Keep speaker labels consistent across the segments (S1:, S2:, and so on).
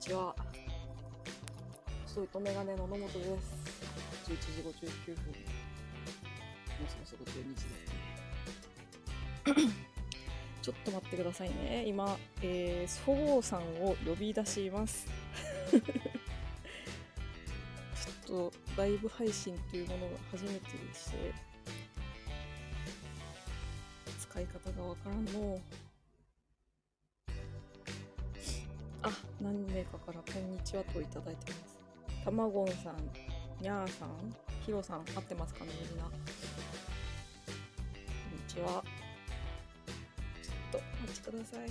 S1: ちは。細いとメガネの野本です。11時59分。もうそろそろ12時で。ちょっと待ってくださいね。今、えー、そごうさんを呼び出します。 ちょっとライブ配信というものを初めてでして、使い方がわからんのう。あ、何名かからこんにちはといただいてます。たまごんさん、にゃーさん、ひろさん、合ってますかね、みんな。こんにちは。ちょっとお待ちください。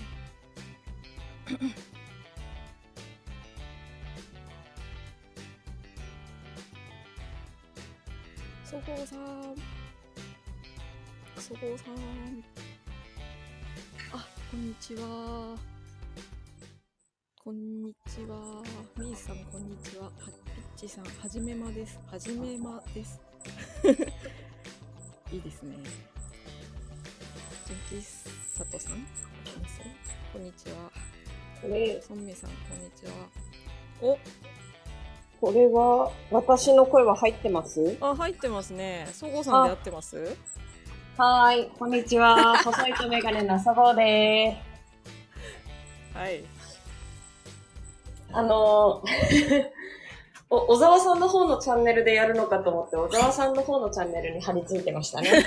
S1: そごうさん。そごうさん。あ、こんにちは。こんにちは。みーさん、こんにちは。はピッチさん、はじめまです。はじめまです。 いいですね。純喫茶とさん、こんにちは。
S2: これ、
S1: ソンミさん、こんにちは。お、
S2: これは、私の声は入ってます
S1: あ、入ってますね。そごうさんで合ってます
S2: はーい、こんにちは。細いとメガネなさごうで
S1: はい。
S2: す。あの ーお、小沢さんの方のチャンネルでやるのかと思って、小沢さんの方のチャンネルに貼り付いてました ね。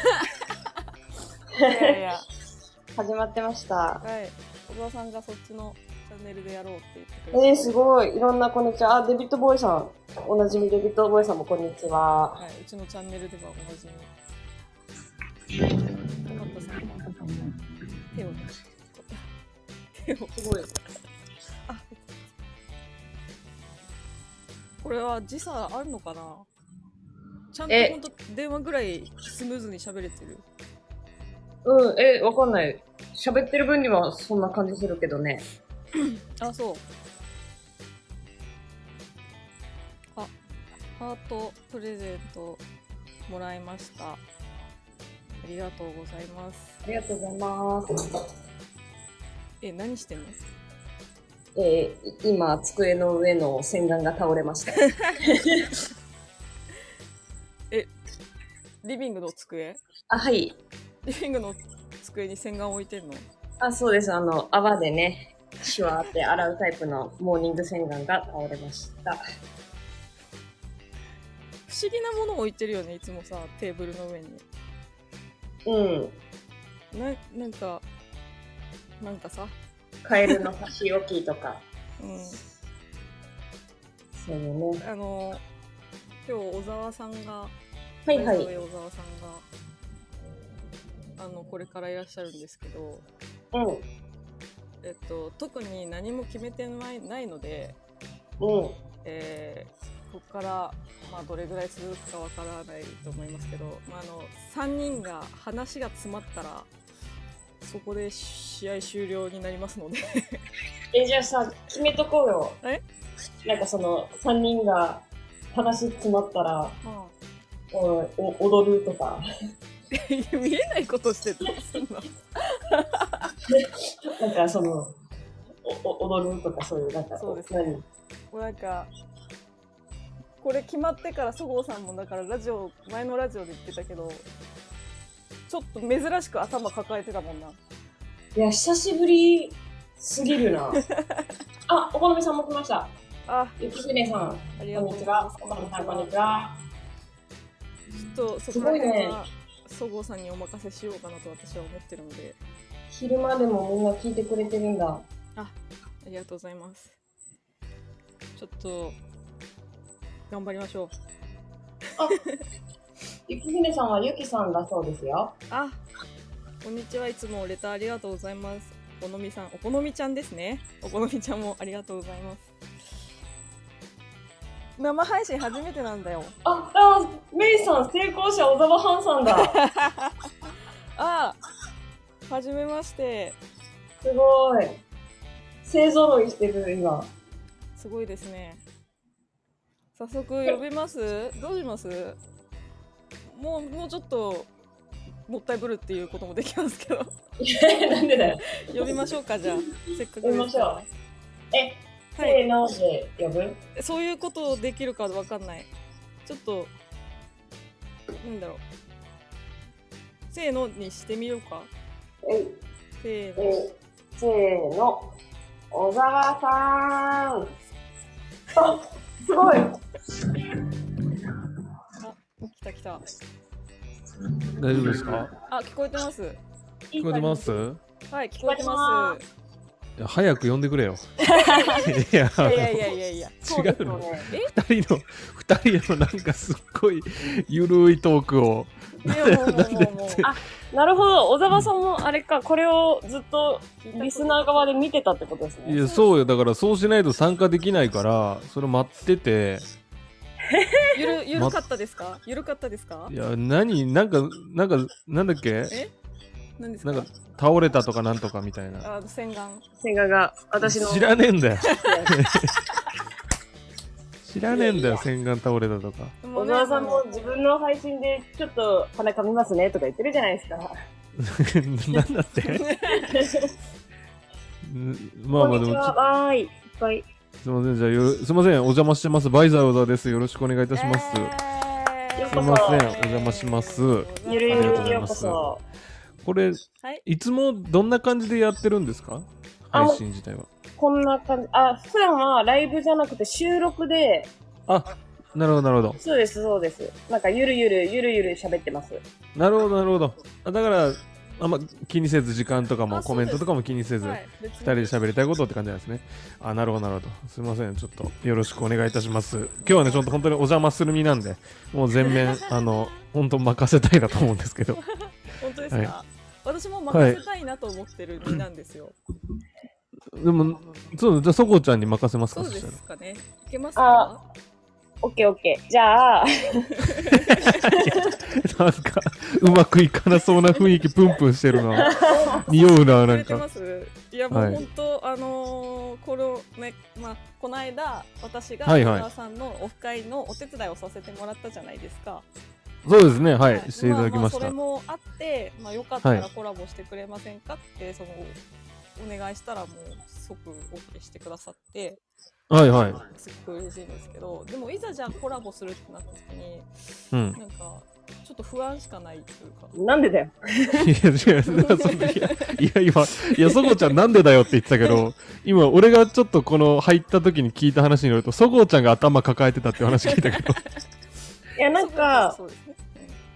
S1: いやいや、
S2: 始まってました。
S1: はい。小沢さんがそっちのチャンネルでやろうって言ってくれて。
S2: えー、すごい。いろんなこんにちは。あ、デビットボーイさん。おなじみデビットボーイさんもこんにちは。
S1: はい、うちのチャンネルではおなじみ。よかったさん、手を、手を、
S2: すごい。
S1: あこれは時差あるのかなちゃんと
S2: え
S1: ほんと電話ぐらいスムーズに喋れてる。
S2: うん、え、わかんない。喋ってる分にはそんな感じするけどね。
S1: あ、そう。あ、ハートプレゼントもらいました。ありがとうございます。
S2: ありがとうございます。
S1: え、何してんの
S2: えー今、机の上の洗顔が倒れました。
S1: リビングの机
S2: あ、はい。
S1: リビングの机に洗顔置いてんの
S2: あ、そうです。あの、泡でね、シュワーって洗うタイプのモーニング洗顔が倒れました。
S1: 不思議なものを置いてるよね、いつもさ、テーブルの上に。
S2: うん。
S1: ななんかなんかさ、
S2: カエルの箸置きとか。
S1: うん、
S2: そうよね。
S1: あの今日小沢さんが
S2: はいは
S1: ライブウ
S2: い。
S1: ェイ小沢さんがあのこれからいらっしゃるんですけど、
S2: うん。
S1: えっと、特に何も決めてないないので、
S2: うん。
S1: えーここから、まあ、どれぐらい続くかわからないと思いますけど、まあ、あの3人が話が詰まったらそこで試合終了になりますので
S2: え、じゃあさ、決めとこうよ。
S1: え
S2: なんかその、3人が話詰まったら、おお踊るとか。
S1: 見えないことしてどうすんの
S2: なんかその、おお踊るとかそういう、なんか、
S1: そうですね
S2: 何
S1: もうなんかこれ決まってからそごうさんもだからラジオ前のラジオで言ってたけどちょっと珍しく頭抱えてたもんない
S2: や、久しぶりすぎる な。あ、お好みさんも来ました。
S1: あ
S2: ゆきふねさん、
S1: ありが
S2: こ
S1: と
S2: ん
S1: うご
S2: に
S1: ざ
S2: ち
S1: いま
S2: は
S1: す。
S2: お好みさん、こんにちは。
S1: ちょっとそこら辺はそごうさんにお任せしようかなと私は思ってるので
S2: 昼間でもみんな聞いてくれてるんだ。
S1: ありがとうございますちょっと頑張りましょう
S2: ゆきふねさんはゆきさんだそうですよ。
S1: あこんにちはいつもレターありがとうございますお好みさんお好みちゃんですねお好みちゃんもありがとうございます生配信初めてなんだよ
S2: あ、あ、メイさん、成功者小沢ハンさん だ。
S1: あーはじめまして
S2: すごい。勢ぞろいしてる、今。
S1: すごいですね早速呼びますどうしますもうもうちょっともったいぶるっていうこともできますけど
S2: なんでだよ。
S1: 呼びましょうかじゃあせっかく
S2: 呼びましょう
S1: ですから
S2: え、
S1: はい
S2: せーので呼ぶ
S1: そういうことできるかわかんない。ちょっと、なんだろう。せーのにしてみようか。
S2: えい
S1: せーの。
S2: えいせーの。小沢さん。 あ、すごい。
S1: 来た来た。
S3: 大丈夫ですか
S1: あ、聞こえてます。
S3: 聞こえてます
S1: はい、聞こえてます。
S3: いや早く呼んでくれよ。 いや、
S1: いやいやいやいや。
S2: そう
S3: 違
S2: で
S3: う
S2: すよ
S3: の。
S2: ね。
S3: 二人の、二人のなんかすっごいゆるいトークを。
S1: でももうもうもう。
S2: あなるほど。小沢さんもあれか、これをずっとリスナー側で見てたってことです
S3: い
S2: ね。
S3: や、そうよ。だからそうしないと参加できないから、それ待ってて。
S1: ゆるゆるかったですか？ゆるかったですか
S3: い？や、何なんか、なんか、なんだっけ
S1: え何です
S3: な
S1: か？
S3: んか、倒れたとかなんとかみたいな。
S1: あの洗顔。
S2: 千賀が、私の。
S3: 知らねえんだよ。知らねえんだよ、洗顔倒れたと か。
S1: も
S2: 小
S1: うね
S2: 沢さんも自分の配信でちょっと鼻かみますねとか言ってるじゃないですか。
S3: なんだってんまあまあ
S2: こんに
S3: でも
S2: ち
S3: ち
S2: は。わーい。いっぱい。
S3: すみません、じゃあよろ、すみません、お邪魔してます。バイザー小沢です。よろしくお願いいたします。
S1: えー
S2: すいません
S3: お邪魔します
S2: ゆるゆ
S3: ありが
S2: る
S3: とうご
S2: に
S3: ざい
S2: よう
S3: ま
S2: こ
S3: す
S2: そ。
S3: これ、
S1: はい。
S3: いつもどんな感じでやってるんですか
S2: あ
S3: 配信自体は。
S2: こんな感じ。あ、普段はライブじゃなくて収録で、
S3: あ、なるほど、なるほど。
S2: そうです、そうです。なんかゆるゆる、ゆるゆる喋ってます。
S3: なるほど、なるほど。あだから、あんま気にせず、時間とかも
S1: あ
S3: コメントとかも気にせず、
S1: は
S3: 二
S1: い別に
S3: 人で喋りたいことって感じなんですね。あ、なるほど、なるほど。すみません、ちょっとよろしくお願いいたします。今日はね、ちょっと本当にお邪魔する身なんで、もう 全面、あの、本当任せたいなと思うんですけど。
S1: 本当ですか、
S3: は
S1: 私も任せたいなと思ってる身なんですよ。
S3: でも、そう、じゃあ、そこちゃんに任せますか、
S1: そうで
S3: したら
S1: すかね。いけますか？
S2: オッケーオッケー。じゃあ、
S3: なんか、うまくいかなそうな雰囲気プンプンしてる な。匂うな、
S1: く
S3: な
S1: れ
S3: ん
S1: てま
S3: か。
S1: す。いやも
S3: は
S1: う
S3: い
S1: 本当、あのーこれをねまあこの間私が
S3: はい
S1: 小
S3: はい
S1: 川さんのオフ会のお手伝いをさせてもらったじゃないですか。
S3: そうですね、は、
S1: はい
S3: していただきまし
S1: ああ
S3: た
S1: それ。もあって、まあ、よかったら
S3: はい
S1: コラボしてくれませんかって、そのお願いしたらもう即 OK してくださって
S3: はいはい。
S1: すっごい嬉しいんですけどでもいざじゃあコラボするってなった時に
S3: うん。
S1: なんかちょっと不安しかないというか。
S2: なんでだよ。
S3: いや、違う、そいや、いや、今、いや、そこちゃんなんでだよって言ってたけ ど、今、俺がちょっとこの入った時に聞いた話によると、そこちゃんが頭抱えてたっていう話聞いたけど。
S2: いや、なんか、
S1: そうですね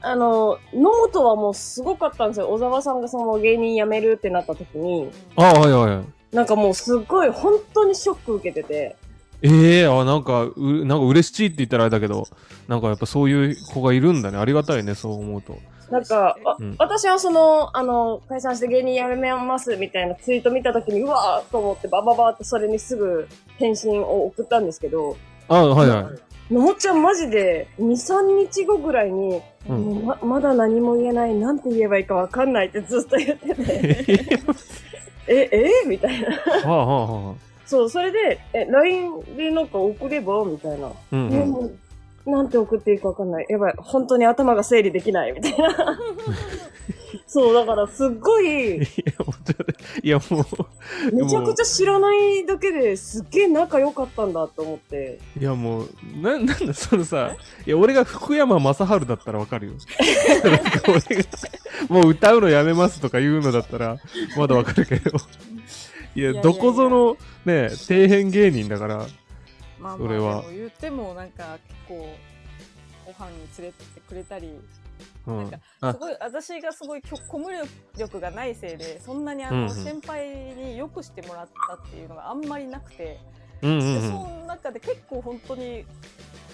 S2: あの、野本はもうすごかったんですよ。小沢さんがその芸人辞めるってなった時に、
S3: ああ、はいはいはい。
S2: なんかもうすっごい本当にショック受けてて、
S3: ええあ、なんか、う、なんか嬉しいって言ったらあれだけど、なんかやっぱそういう子がいるんだね。ありがたいね、そう思うと。
S2: なんか、あ
S3: うん
S2: 私はその、あの、解散して芸人辞めますみたいなツイート見た時に、うわーと思ってバババーってそれにすぐ返信を送ったんですけど、
S3: ああ、はいはい。
S2: のもちゃんマジで2、3日後ぐらいに、
S3: うん
S2: もうままだ何も言えない、なんて言えばいいかわかんないってずっと言ってて、え、えみたいな。
S3: はあはあはあ。
S2: そう、それで、え、LINE でなんか送ればみたいな。
S3: うん、
S2: え
S3: うん。
S2: もうなんて送っていいかわかんない。やばい、本当に頭が整理できない、みたいな。 そう、だからすっごい、
S3: いや、もうちょっといやも
S2: めちゃくちゃ知らないだけですっげえ仲良かったんだと思って。
S3: う、いやもう、な、なんだ、そのさ、いや、俺が福山雅治だったらわかるよ。なんか俺が、もう歌うのやめますとか言うのだったら、まだわかるけど。い
S1: いやいやいや
S3: や、どこぞの、ね、底辺芸人だから、
S1: まあまあ
S3: それは
S1: でも言ってもなんか結構ご飯に連れてってくれたり
S3: う
S1: なん
S3: ん
S1: か。
S3: あ
S1: すごい私がすごいきょコミュ力がないせいでそんなにあの、
S3: うんうん
S1: 先輩によくしてもらったっていうのがあんまりなくて、
S3: うんうん
S1: で
S3: う
S1: そ
S3: ん。
S1: の中で結構本当に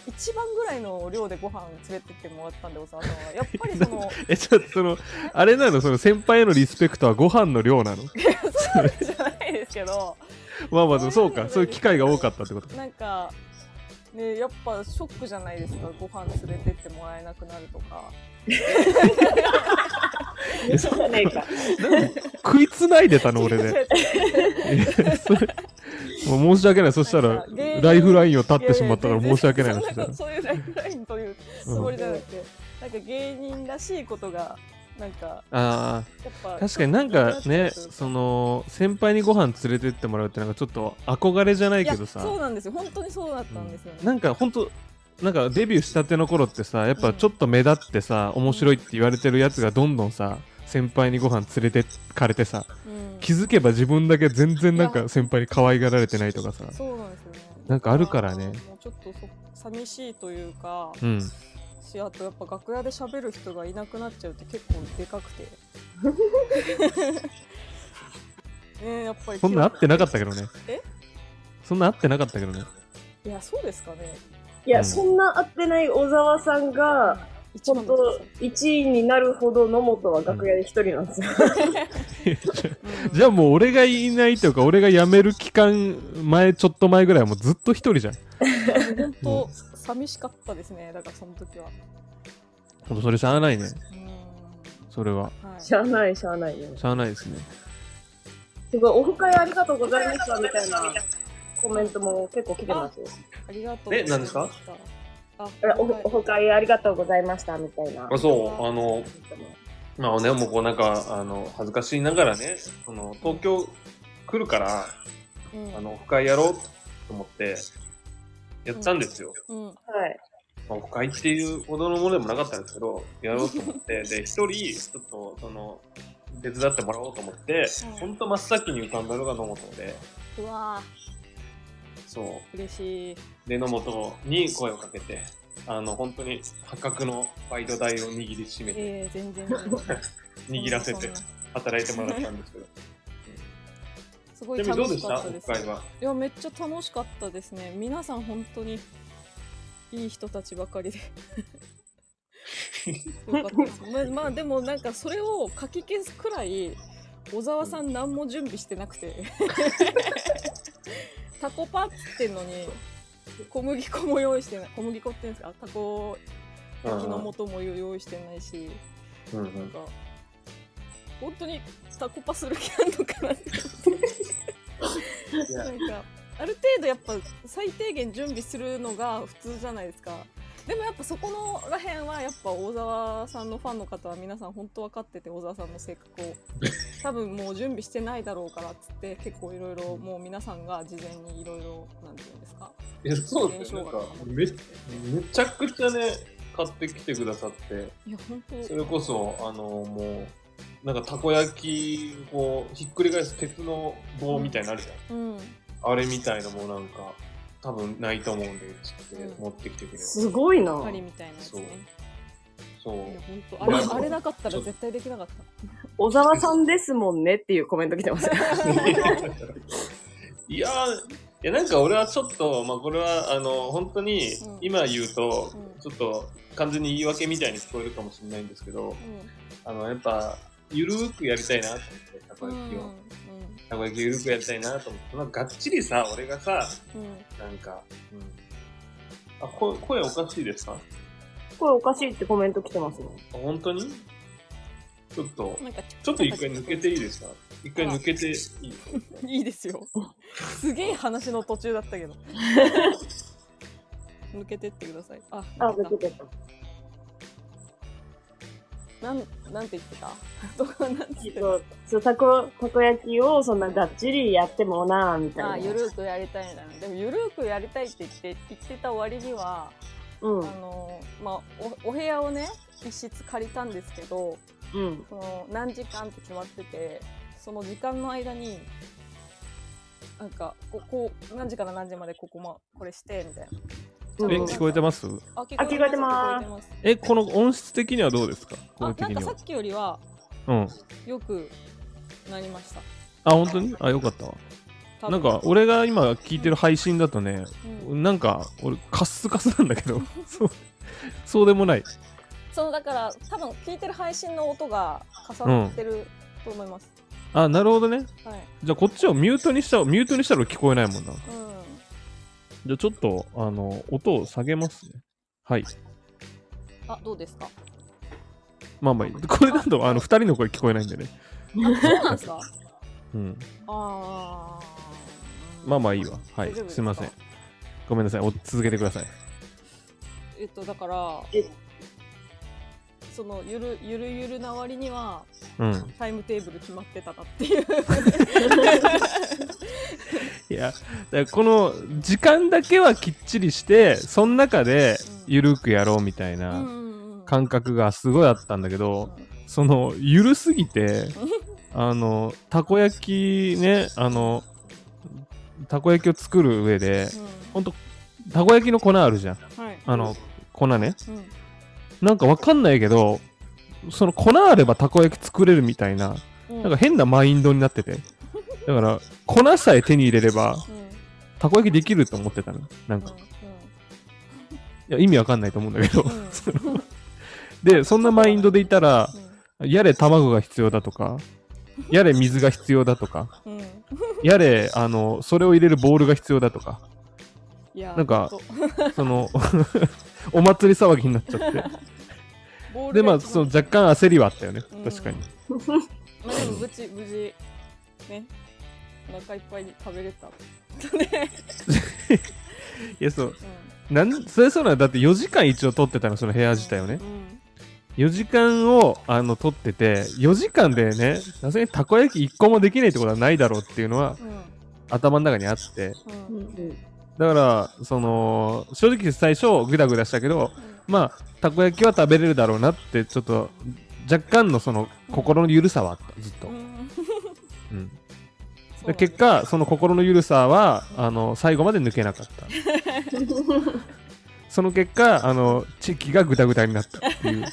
S1: 一番ぐらいの量でご飯連れてってもらったんでお沢さんはやっぱりそ の
S3: え、ちょっとその、あれなのその先輩へのリスペクトはご飯の量なの
S1: そうじゃないですけど
S3: まあまあでも、そうか。そういう機会が多かったってことか。
S1: なんか、ね、やっぱショックじゃないですかご飯連れてってもらえなくなるとか。
S3: え
S2: そうじゃね えか。
S3: 食いつないでたの、俺 で。
S1: 違う違う
S3: いやそれもう申し訳ない。そした
S1: なん
S3: ら
S1: か芸人、
S3: ライフラインを立ってしまったから申し訳ない
S1: や
S3: な。
S1: や
S3: そ
S1: 全
S3: した
S1: 然
S3: ら
S1: そんなことそういうライフラインというつもりじゃなくて、なんか芸人らしいことがなんか
S4: あ
S1: やっぱ
S4: あ確かになんかね
S1: ちょっと
S4: その先輩にご飯連れてってもらうってなんかちょっと憧れじゃない
S1: いや
S4: けどさ
S1: そうなんですよ本当にそうだったんですよね、
S4: なんかほんとなんかデビューしたての頃ってさやっぱちょっと目立ってさ、面白いって言われてるやつがどんどんさ先輩にご飯連れてかれてさ
S1: うん
S4: 気づけば自分だけ全然なんか先輩に可愛がられてないとかさ
S1: そうなんですよね
S4: なんかあるからね
S1: もうちょっとそ寂しいというか、
S4: うん
S1: しあとやっぱ楽屋で喋る人がいなくなっちゃうって結構でか くてねえやっぱり
S4: そんな会ってなかったけどね
S1: え
S4: そんな会ってなかったけどね
S1: いやそうですかね
S2: いや、そんな合ってない小沢さんが、
S1: 一
S2: 本
S1: 番の時
S2: 当1位になるほど野本は楽屋で一人なんですよ。
S1: うん
S4: じゃあもう俺がいないというか俺が辞める期間前ちょっと前ぐらいはもうずっと一人じゃん
S1: 本当寂しかったですねだからその時は
S4: ほんとそれしゃあないね
S1: うん
S4: それは
S1: はい
S2: しゃあない、しゃあないよね。
S4: しゃあないですね
S2: すごい、オフ会ありがとうございましたみたいなコメントも結構来てますよ。
S1: ありがとう
S3: え何ですか
S1: あ
S2: えオフオフ会ありがとうございましたみたいな。
S3: あそうあのまあねもうこうなんかあの恥ずかしいながらねその東京来るから
S1: うん
S3: あのオフ会やろうと思ってやったんですよ、
S1: うん
S2: はい。
S3: まあ、オフ会っていうほどのものでもなかったんですけどやろうと思ってで一人ちょっとその手伝ってもらおうと思って
S1: うん
S3: ほんと真っ先に浮かんだのが野本で
S1: うわ
S3: そう
S1: ー嬉しい
S3: で野本に声をかけてあの本当に破格のバイト代を握りしめて
S1: えー、全然全然
S3: 握らせ
S1: そ
S3: て
S1: んなそんな
S3: 働いてもらったんですけど
S1: すご
S3: ち
S1: い
S3: なみにどう
S1: 楽
S3: で
S1: し
S3: し
S1: か
S3: た
S1: ったで
S3: オ
S1: す
S3: フ会はい
S1: やめっちゃ楽しかったですね皆さん本当にいい人たちばかりでよかったですままあでもなんかそれをかき消すくらい小沢さん何も準備してなくてタコパっつってんのに小麦粉も用意してない小麦粉って言うんですかタコ焼きの素も用意してないし
S3: うんう
S1: なん
S3: ん
S1: か本当にタコパする気あんのかなって思って
S3: いや
S1: なんかある程度やっぱ最低限準備するのが普通じゃないですかでもやっぱそこのらへんはやっぱ大沢さんのファンの方は皆さん本当分かってて小沢さんの性格を多分もう準備してないだろうからっつって結構いろいろもう皆さんが事前にいろいろなんて言うんですか
S3: いやそうですねなんかめめちゃくちゃね買ってきてくださって
S1: いや本当
S3: それこそあのもうなんかたこ焼きをこうひっくり返す鉄の棒みたいなのあるじゃん
S1: うん
S3: あれみたいのもなんか多分ないと思うんでつって
S1: うん
S3: 持ってきてくれて、
S2: すごいな。
S1: パリみたいなやつね
S3: そう
S1: いや本当あれ
S3: まあ
S1: あれなかったら絶対できなかった
S2: 小沢さんですもんねっていうコメント来て ます。
S3: いやーいやなんか俺はちょっと、まあ、これはあの本当に
S1: うん
S3: 今言うと、
S1: うん
S3: ちょっと完全に言い訳みたいに聞こえるかもしれないんですけど
S1: う
S3: あのやっぱゆるーくやりたいなと思ってたこ
S1: んうん
S3: 焼き
S1: う
S3: をたこ焼きゆるーくやりたいなと思ってなんかがっちりさ俺がさ
S1: んうん
S3: なんか、うん、あ声声おかしいですかあ
S2: これおかしいってコメント来てますね。
S3: 本当にちょっと
S1: なんか
S3: ちょっと一回抜けていいですか一回抜けていい
S1: いいですよ。すげえ話の途中だったけど。抜けてってください。あ、
S2: あ、
S1: 抜
S2: 抜
S1: け
S2: け
S1: た
S2: てた。
S1: なん、なんて言ってた。どこなんて言って
S2: そう、そうたこ、たこ焼きをそんながっちりやってもなぁ、みたい
S1: た。
S2: な。
S1: あ、ゆるーくやりたいな。でもゆるーくやりたいって言って、言ってた割には、
S2: うん
S1: あ。の、まあ、お、お部屋をね、一室借りたんですけど。
S2: うん。
S1: その何時間って決まっててその時間の間になんかここう何時から何時までここ,、ま、これしてみたいな。
S2: え
S4: え聞こえてます
S1: あ聞
S2: あ聞こえてます
S1: 聞こえて
S4: えこの音質的にはどうですか
S1: ますあ
S4: 声的
S1: なんか
S4: に
S1: さ
S4: は
S1: っきよりは
S4: うん
S1: よくなりました。
S4: あ本当にあよかったわ
S1: 多
S4: なん
S1: 分
S4: か、俺が今聞いてる配信だとね
S1: うん
S4: なんか俺カッスカスなんだけ どそうそうでもない
S1: そのだから多分聞いてる配信の音が重なってると思います。
S4: あなるほどね
S1: はい。
S4: じゃあこっちをミュートにしたミュートにしたら聞こえないもんな
S1: うん。
S4: じゃあちょっとあの音を下げますねはい
S1: あどうですか。
S4: まあまあいいこれだとあの2人の声聞こえないんでね
S1: あそうなんですか。
S4: うん
S1: ああ。
S4: まあまあいいわはい
S1: 大丈夫ですか
S4: すいませんごめんなさいお続けてください
S1: えっとだから
S2: え
S1: そのゆるゆるゆるな割には
S3: うん。
S1: タイムテーブル決まってたなっていう
S3: いや、だからこの時間だけはきっちりして、その中でゆるくやろうみたい
S1: うん
S3: な
S1: うんうん
S3: 感覚がすごいあったんだけど、その、ゆるす ぎて、あの、たこ焼きね、あの、たこ焼きを作る上で、ほんと、たこ焼きの粉あるじゃん。
S1: うんはい
S3: あの、粉ね。
S1: うん
S3: なんかわかんないけど、その粉あればたこ焼き作れるみたいな、
S1: うん
S3: なんか変なマインドになってて。だから、粉さえ手に入れれば、
S1: うんうん
S3: たこ焼きできると思ってたの。なんか、いや、意味わかんないと思うんだけど。
S1: うん
S3: その で、そんなマインドでいたら、やれ卵が必要だとか、 やれ水が必要だとか、
S1: うんうん
S3: やれ、あの、それを入れるボールが必要だとか、
S1: いや
S3: なんか
S1: ほと
S3: その、 お祭り騒ぎになっちゃって。
S1: ボー
S3: で、
S1: ル
S3: ま
S1: が
S3: あ、
S1: 一番
S3: その若干焦りはあったよね
S1: うん。
S3: 確かに。
S1: まあでも無事無事ねお腹いっぱいに食べれたね
S3: いや、そう。
S1: う
S3: なんそれそうなのだって4時間一応撮ってたのその部屋
S1: ん
S3: 自体をね
S1: うん
S3: 4時間をあの撮ってて4時間でねさすがにたこ焼き1個もできないってことはないだろうっていうのは
S1: うん
S3: 頭の中にあって
S1: うん
S5: うんうん
S3: だからその正直最初グダグダしたけどまあたこ焼きは食べれるだろうなってちょっと若干のその心の緩さはあったずっと、
S1: うん
S3: うん、
S1: そう
S3: で結果その心の緩さはあの最後まで抜けなかったその結果あのチキがグダグダになったっていう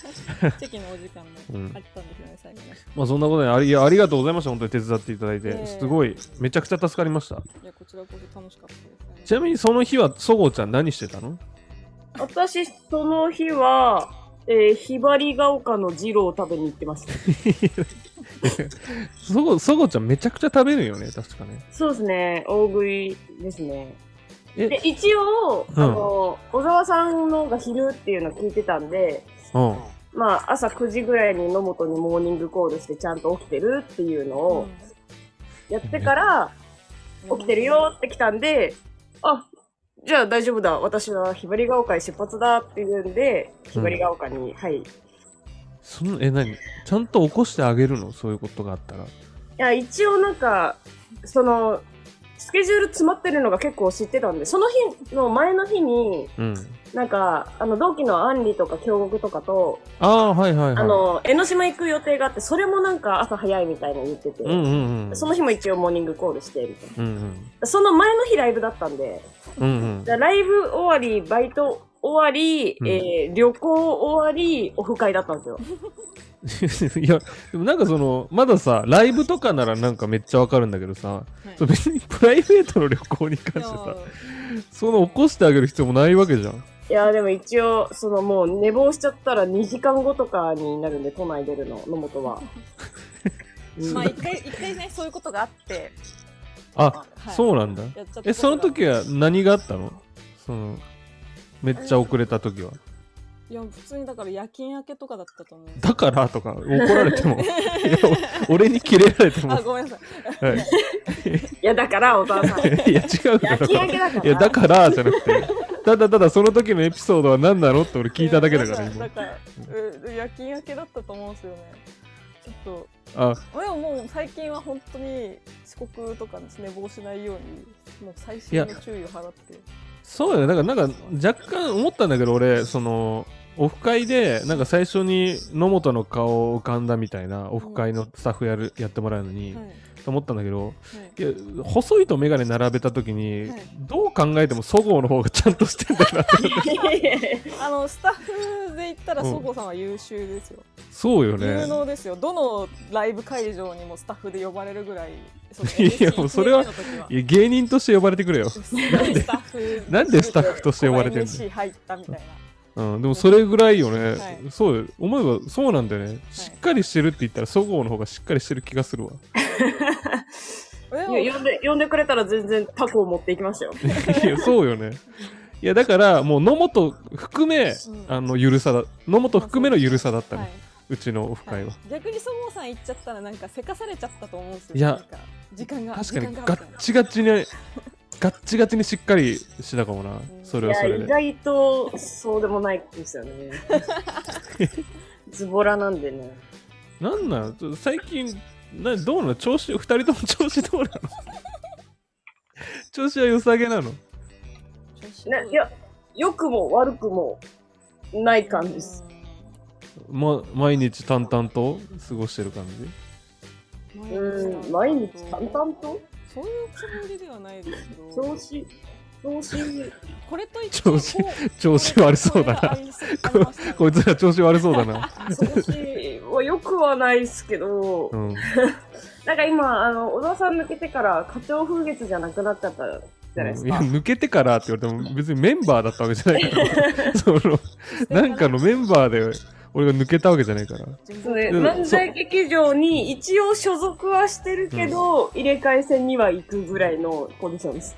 S1: チェキのお時間も
S3: うん
S1: あったんですよね、最後ね。
S3: まあそんなことねありいやありがとうございました本当に手伝っていただいて、
S1: ええ
S3: すごいめちゃくちゃ助かりました
S1: いや、こちらこそ楽しかったですね。
S3: ちなみにその日はそごうちゃん何してたの
S2: 私、その日は、えー、ひばりが丘のジロを食べに行ってました。
S3: そ ごそごちゃんめちゃくちゃ食べるよね確かね
S2: そうですね。大食いですね。
S3: え
S2: で、一応、
S3: うん
S2: あの、小沢さんのが昼っていうの聞いてたんで、
S3: うん
S2: まあ、朝9時ぐらいに野本にモーニングコールしてちゃんと起きてるっていうのをやってから、起きてるよって来たんで、あ、じゃあ大丈夫だ。私はひばりが丘へ出発だって言うんで、ひばりが丘に、はい。い
S3: そのえ何ちゃんと起こしてあげるのそういうことがあったら
S2: や、一応なんか、その、スケジュール詰まってるのが結構知ってたんで、その日の前の日に、
S3: うん
S2: なんか、あの、同期のアンリとか京極とかと、
S3: ああはいはいはい
S2: あの、江ノ島行く予定があって、それもなんか朝早いみたいな言ってて、
S3: うんうんうん
S2: その日も一応モーニングコールして、みたい
S3: うんうん
S2: な。その前の日ライブだったんで、
S3: うんうん
S2: じゃあライブ終わり、バイト終わり、
S3: うん
S2: えー旅行終わり、オフ会だったんですよ。
S3: いやでもなんかそのまださライブとかならなんかめっちゃわかるんだけどさ、
S1: はい
S3: そう別にプライベートの旅行に関してさその起こしてあげる必要もないわけじゃん
S2: いやーでも一応、そのもう寝坊しちゃったら2時間後とかになるんで、都内出るの、野本は。
S1: いやまあ、一回、一回ね、そういうことがあって、
S3: あ、
S1: はい
S3: そうなんだ
S1: やっちゃったことが
S3: えその時は何があったのそのめっちゃ遅れた時はい
S1: や、普通にだから夜勤明けとかだったと思うんですよ
S3: だからとか怒ら れてもいやお俺にキレられても、
S1: あ、
S3: は
S1: ごめん なさい。
S2: いや、だから、お父さん。
S3: い、いや違うから
S2: 焼き上げだから。
S3: いやだからじゃなくてただただその時のエピソードは何なのって俺聞いただけだから
S1: いや
S3: 今
S1: だから、うん夜勤明けだったと思うんですよね。ちょっ
S3: あ
S1: と、でももう最近は本当に遅刻とかですね、寝坊しないように、もう最
S3: い
S1: 新
S3: や
S1: の注意を払って。
S3: そうだよねだからなんか若干思ったんだけど俺そのオフ会でなんか最初に野本の顔浮かんだみたいなオフ会のスタッフやる、やってもらうのに、
S1: はい。は
S3: と思ったんだけど
S1: い
S3: いや細いと眼鏡並べた時に、
S1: はい
S3: どう考えてもそごうの方がちゃんとしてんだ なって
S1: あのスタッフで言ったら、そごさんは優秀ですよ。
S3: そうよ
S1: 有
S3: ね
S1: 能ですよ。どのライブ会場にもスタッフで呼ばれるぐらい。その
S3: いやもうそれは
S1: MC の
S3: いや芸人として呼ばれてくれよ、
S1: 時はスタッフ。
S3: なんでスタッフとして呼ばれてんの
S1: MC 入ったみたいな。
S3: うん、でもそれぐらいよね、
S1: はい
S3: そうよ思えばそうなんだよね、しっかりしてるって言ったらそごうの方がしっかりしてる気がするわ
S1: でも
S2: いや呼んで、呼んでくれたら全然タコを持っていきましたよ。
S3: いやそうよねいやだからもう野本含め、
S1: ん
S3: あのゆるさだ野本含めのゆるさだったね、
S1: はいう
S3: ちのオフ会は、
S1: 逆にそごうさん行っちゃったらなんかせかされちゃったと思うんですよ
S3: いや
S1: なんか時間が
S3: 確かに
S1: 時間
S3: ガ
S1: がみたい
S3: ッ
S1: な
S3: チガチにガッチガチにしっかりしてたかもな、そ
S2: い
S3: れは
S2: や、
S3: それ
S2: 意
S3: で
S2: 外 と、そうでもないですよね。ズボラなんでね。
S3: なんなんちょ最近などうなの調子二人とも調子どうなの 調子は良さげなの
S1: 調子
S2: ね、いや、良くも悪くもない感じです。
S3: ま、毎日淡々と過ごしてる感じ
S1: 毎日
S2: うん、毎日淡々と
S1: そういうつもりではないですけど
S2: 調子、調子、
S1: これといって
S3: 調子
S1: こう
S3: 調子悪そうだ
S1: これがあ
S3: な
S1: りそうありましたね
S3: こいつら調子悪そう だな
S2: 調子は良くはないですけど
S3: う、ん
S2: なんか今、あの、小田さん抜けてから、課長風月じゃなくなっちゃったじゃないです
S3: いや
S2: か。
S3: 抜けてからって言われても別にメンバーだったわけじゃないか らそのなんかのメンバーで俺が抜けたわけじゃないから
S2: そうね、
S3: うん
S2: 漫才劇場に一応所属はしてるけど、入れ替え戦には行くぐらいのポジションです。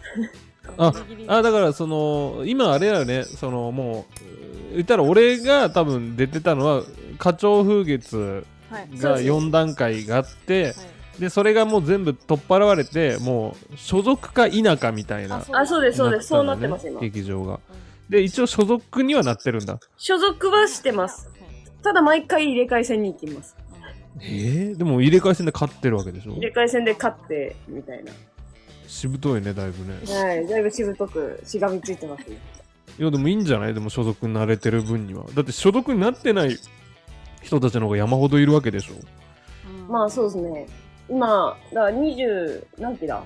S3: ああだからその今あれだよねそのもう言ったら俺が多分出てたのは課長風月
S1: はい
S3: が4段階があってでそれがもう全部取っ払われてもう所属か否かみたいな
S2: あ、そうです、そうです。そうなっ
S3: ん
S2: て
S3: だよね
S2: ます、今。
S3: 劇場がで一応所属にはなってるんだ
S2: 所属はしてます。ただ毎回入れ替え戦に行きます。
S3: えー、でも入れ替え戦で勝ってるわけでしょ
S2: 入れ替え戦で勝って、みたいな。
S3: しぶといねだいぶね
S2: はい、だいぶしぶとくしがみついてます、ね。
S3: いやでもいいんじゃないでも所属に慣れてる分にはだって所属になってない人たちの方が山ほどいるわけでしょ
S2: まあそうですね。今、だから20、何期だ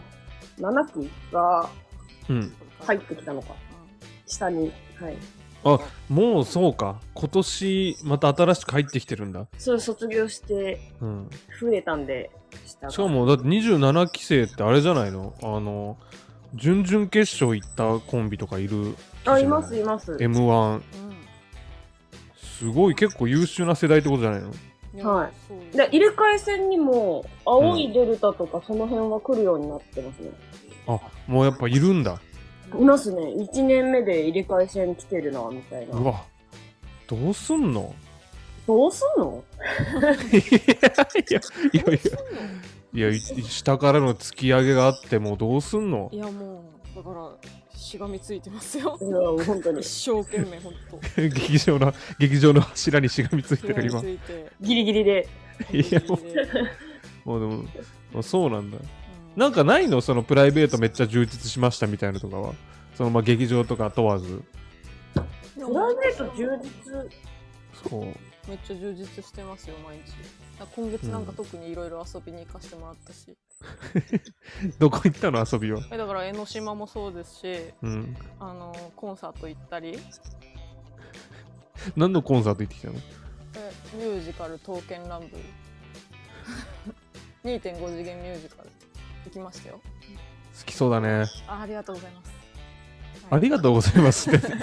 S2: ?7 期が
S3: うん
S2: 入ってきたのか。下に。はい。
S3: あもうそうか今年また新しく入ってきてるんだ、
S2: そう、卒業して
S3: うん、
S2: 増えたんで、下が
S3: しかもだって27期生ってあれじゃないのあの準々決勝行ったコンビとかいる
S2: あ、います、います。
S3: m 1すごい結構優秀な世代ってことじゃないの
S2: はい
S1: い
S2: で、入れ替え戦にも、青いデルタとかその辺は来るようになってますね。
S3: あもうやっぱいるんだ
S2: いますね。1年目で入れ替え戦来てるな、みたいうな。
S3: わどうすんの
S2: どうすんの
S3: いやいやいやいやいやい下からの突き上げがあってもうどうすんの
S1: いやもうだからしがみついてますよ
S2: いや、もう本当に。
S1: 一生懸命本当
S3: 劇場の劇場の柱にしがみついてる
S1: しが
S3: 今
S1: みついて
S2: ギリギリで。
S3: いやもう
S1: ギリギリで
S3: もうでももうそうなんだ
S1: う
S3: なんかないのそのプライベートめっちゃ充実しましたみたいなとかはそのまあ劇場とか問わず
S1: プ
S2: プライベート充実。
S3: そう
S1: めっちゃ充実してますよ毎日だから今月なんか特にいろいろ遊びに行かせてもらったし、
S3: どこ行ったの遊びは
S1: えだから江ノ島もそうですし
S3: うん
S1: あのコンサート行ったり
S3: 何のコンサート行ってきたの
S1: えミュージカル「刀剣乱舞」2.5次元ミュージカル行きましたよ
S3: 好きそうだね
S1: あありがとうございます、
S3: ありがとうござ いますってど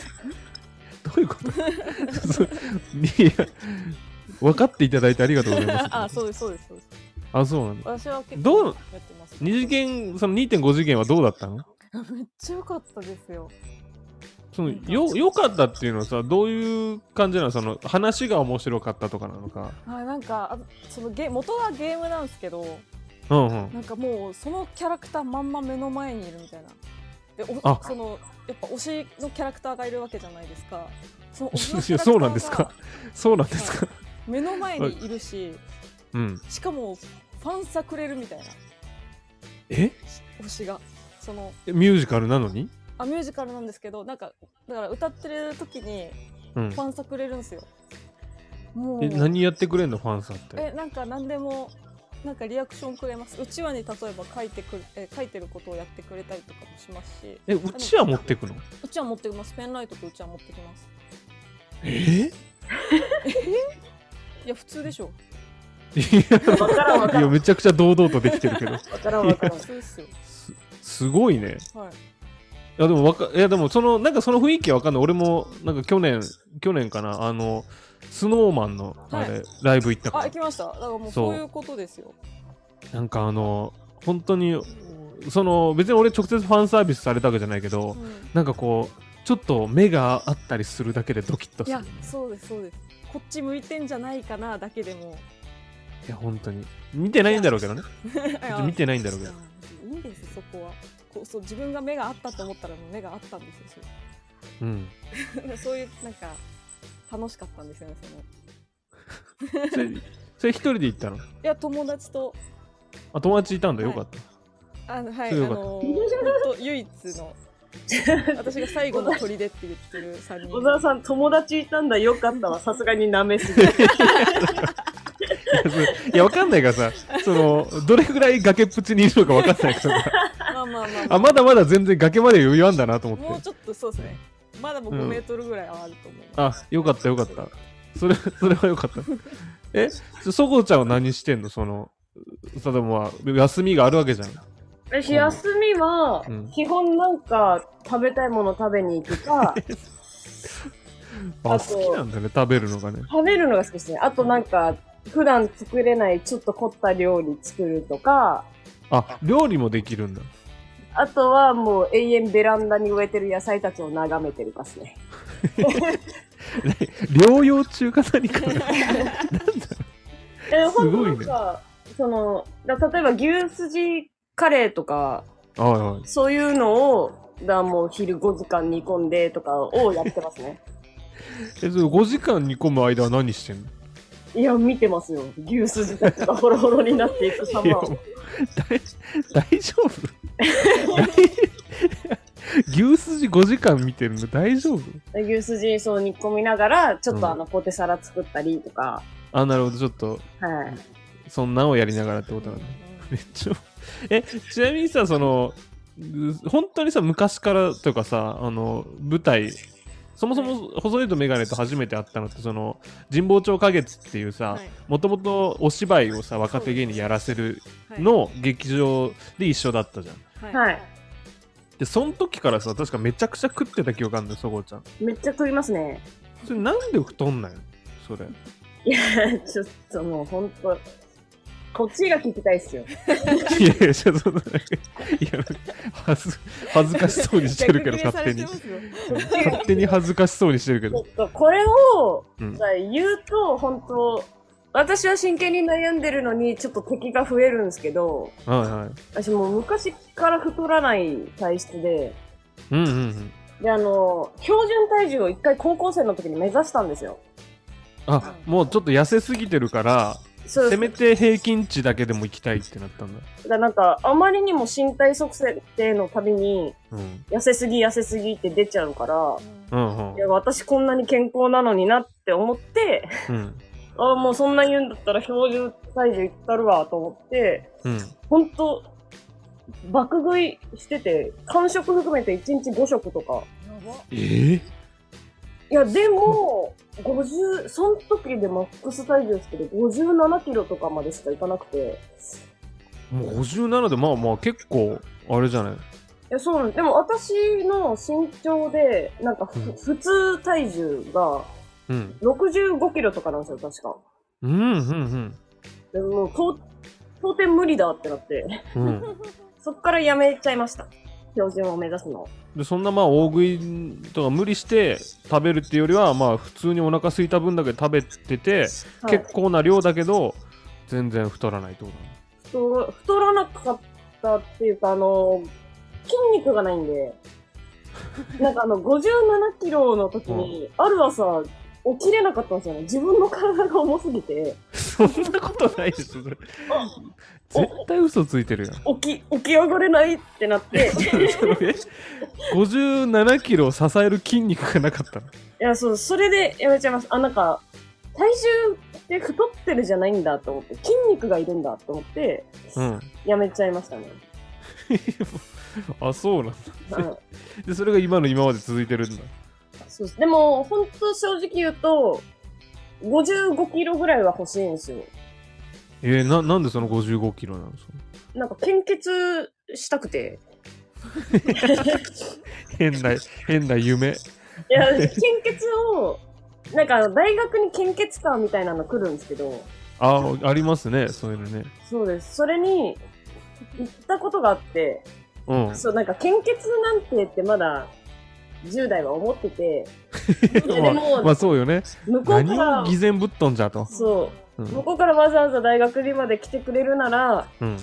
S3: ういうことそいや分かっていただいてありがとうございます
S1: あそうですそうですそうです
S3: あそうなんだ
S1: 私は結構
S3: どう
S1: やってます
S3: 二次元その2.5次元はどうだったの
S1: めっちゃ良かったですよ
S3: そのよ良かったっていうのはさどういう感じなのその話が面白かったとかなのか
S1: あなんかあそのゲ元はゲームなんですけど
S3: うんうん
S1: なんかもうそのキャラクターまんま目の前にいるみたいなでお
S3: あ
S1: そのやっぱ推しのキャラクターがいるわけじゃないですかその推しのキ ャ
S3: いや
S1: ラクター
S3: そう
S1: が
S3: なんですかそうなんで すか
S1: 目の前にいるし
S3: うん
S1: しかもファンサくれるみたいな
S3: え
S1: 推しがその
S3: ミュージカルなのに
S1: あミュージカルなんですけどなんかだから歌ってる時に
S3: うん
S1: ファンサくれるんですよもう
S3: え何やってくれんのファンさんって
S1: えなんか何でもなんかリアクションくれますうちわに例えば書いてくるえ書いてることをやってくれたりとかもしますし
S3: えうちは持ってくの
S1: うちは持ってきますペンライトとうちは持ってきます
S3: え
S1: いや普通でしょ
S3: い
S2: わからんわか
S3: やい
S2: ら
S3: や
S2: ん。
S3: めちゃくちゃ堂々とできてるけ ど
S2: わからんわからん
S1: 普。通ですよ
S3: すすごいね
S1: はい
S3: いやでもわかいやでもそのなんかその雰囲気はわかんない俺もなんか去年去年かなあのスノーマンのあれ、
S1: は
S3: ライブ行った
S1: あ
S3: か
S1: 行きましただからもう
S3: そう
S1: そういうことですよ
S3: らなんかあの本当にその別に俺直接ファンサービスされたわけじゃないけど、
S1: うん
S3: なんかこうちょっと目があったりするだけでドキッと
S1: い
S3: する
S1: や
S3: ね
S1: そうですそうですこっち向いてんじゃないかなだけでも
S3: いや本当に見てないんだろうけどね
S1: あ
S3: 見てないんだろうけど
S1: いいんですそこはこうそう自分が目があったと思ったらもう目があったんですよ
S3: うん
S1: そうそういうなんか楽しかったんですよねその
S3: それ、それ一人で行ったの
S1: いや友達と
S3: あ、友達いたんだ。
S1: はい
S3: よか った。
S1: あのはいあ
S3: それよかった
S1: のーほんと唯一の私が最後の砦って言ってる3人
S2: 小沢さん、友達いたんだ、よかったわ。さすがに舐めすぎ。
S3: いやそういや、わかんないからさ、その、どれぐらい崖っぷちにいるのかわかんないからさ、
S1: まあまあまあ、
S3: あ、まだまだ全然崖まで余裕あんだなと思
S1: も
S3: っ
S1: う
S3: て。
S1: ちょっとそうですねまだもう
S3: う
S1: 5
S3: ん
S1: メートルぐらいはあると思います、
S3: あ、よかったよかった。それ、それはよかった。え、そそこちゃんは何してんのその、さだもは、休みがあるわけじゃん。
S2: 私、休みは
S3: うん、
S2: 基本なんか、食べたいもの食べに行く か、
S3: あ、
S2: あ
S3: 好きなんだね、食べるのがね。
S2: 食べるのが好きですね。あとなんか、普段作れないちょっと凝った料理作るとか、
S3: あ、料理もできるんだ。
S2: あとはもう永遠ベランダに植えてる野菜たちを眺めてるかっすね。
S3: 療養中か何か。
S2: え、
S3: す
S2: ほん
S3: ご
S2: と
S3: い
S2: な
S3: ね
S2: んか、その、だ例えば牛すじカレーとか、
S3: はいはい。
S2: そういうのを、だもう昼5時間煮込んでとかをやってますね。
S3: え、その5時間煮込む間は何してんの
S2: いや、見てますよ。牛すじたちがホロホロになっていく様
S3: いや
S2: を。
S3: もう大大丈夫大 牛すじ5時間見てるの大丈夫
S2: 牛すじそう煮込みながら、ちょっ
S3: う
S2: と
S3: ん
S2: あの、ポテサラ作ったりとか、
S3: あ、なるほど、ちょっと、
S2: はい。
S3: そんなんをやりながらってことなんだ。めっちゃ、え、ちなみにさ、その、う本当にさ、昔からというかさ、あの、舞台、そもそも細いとメガネと初めて会ったのって、その、神保町花月っていうさ、
S1: い
S3: もともとお芝居をさ、若手芸人やらせる
S1: はい
S3: の劇場で一緒だったじゃん。
S1: はい
S2: はい
S3: で、その時からさ、確かめちゃくちゃ食ってた記憶あるんだよ、そごちゃん。
S2: めっちゃ食いますね。
S3: それなんで太んないの それ。
S2: いや、ちょっともうほんと、こっちが聞きたいっすよ。
S3: いやいや、ちょっと、いや、恥ず恥ずかしそうにしてるけど、
S1: 逆切れさ
S3: 勝手
S1: れて
S3: に
S1: ま。すよ
S3: 勝手に恥ずかしそうにしてるけ
S2: ちょ
S3: ど
S2: っ。とこれを、
S3: うん
S2: じゃあ言うと、本当私は真剣に悩んでるのに、ちょっと敵が増えるんですけど、
S3: はいはい。
S2: 私もう昔から太らない体質で、
S3: うんうんうん。
S2: で、あの、標準体重を一回高校生の時に目指したんですよ。
S3: あ、もうちょっと痩せすぎてるから、
S2: そう
S3: せめて平均値だけでも行きたいってなったんだ。
S2: だからなんか、あまりにも身体測定のたびに、
S3: うん。
S2: 痩せすぎ痩せすぎって出ちゃうから、
S3: うんうん
S2: い。や、私こんなに健康なのになって思って、
S3: うん。
S2: ああ、もうそんな言うんだったら標準体重いったるわと思って、
S3: うん。
S2: ほんと、爆食いしてて、間食含めて1日5食とか。
S3: えー、
S2: いや、でも、50、その時でマックス体重ですけど、57キロとかまでしかいかなくて。
S3: もう57で、まあまあ結構、あれじゃない。
S2: いや、そうなんでも私の身長で、なんかふ、
S3: うん
S2: 普通体重が
S3: うん。
S2: 65キロとかなんですよ、確か。
S3: うんうん
S2: でもう、と到底無理だってなって、
S3: うん。うん。
S2: そっからやめちゃいました。標準を目指すのを。
S3: で、そんなまあ大食いとか無理して食べるっていうよりは、まあ普通にお腹空いた分だけ食べてて、
S2: はい
S3: 結構な量だけど、全然太らないってこと
S2: 太太らなかったっていうか、あの、筋肉がないん で、なんかあの、57キロの時に、ある朝、起きれなかったんですよね。自分の体が重すぎて、
S3: そんなことないです。それ絶対嘘ついてるやん。
S2: 起き、起き上がれないってなって、
S3: そのえ57キロを支える筋肉がなかったの。
S2: いや、そう、それでやめちゃいます。あ、なんか、体重って太ってるじゃないんだと思って、筋肉がいるんだと思って、
S3: うん。
S2: やめちゃいましたね。
S3: あ、そうなんだ。
S2: うん
S3: で、それが今の今まで続いてるんだ。
S2: そうです。でも、本当正直言うと、55キロぐらいは欲しいんですよ。
S3: えーな、なんでその55キロなのその
S2: なんか献血したくて。
S3: 変な、変な夢。
S2: い や、献血を、なんかあの大学に献血カーみたいなの来るんですけど、
S3: あ、ありますね。そういうのね。
S2: そうです。それに行ったことがあって、
S3: うん。
S2: そう、なんか献血なんてってまだ10代は思って て、いやで
S3: まあ、
S2: も
S3: まあそうよね。
S2: 向こうか
S3: 何
S2: ら
S3: を、偽善ぶっ飛んじゃと。
S2: そうう、
S3: ん
S2: 向。こうからわざわざ大学にまで来てくれるなら、
S3: うん。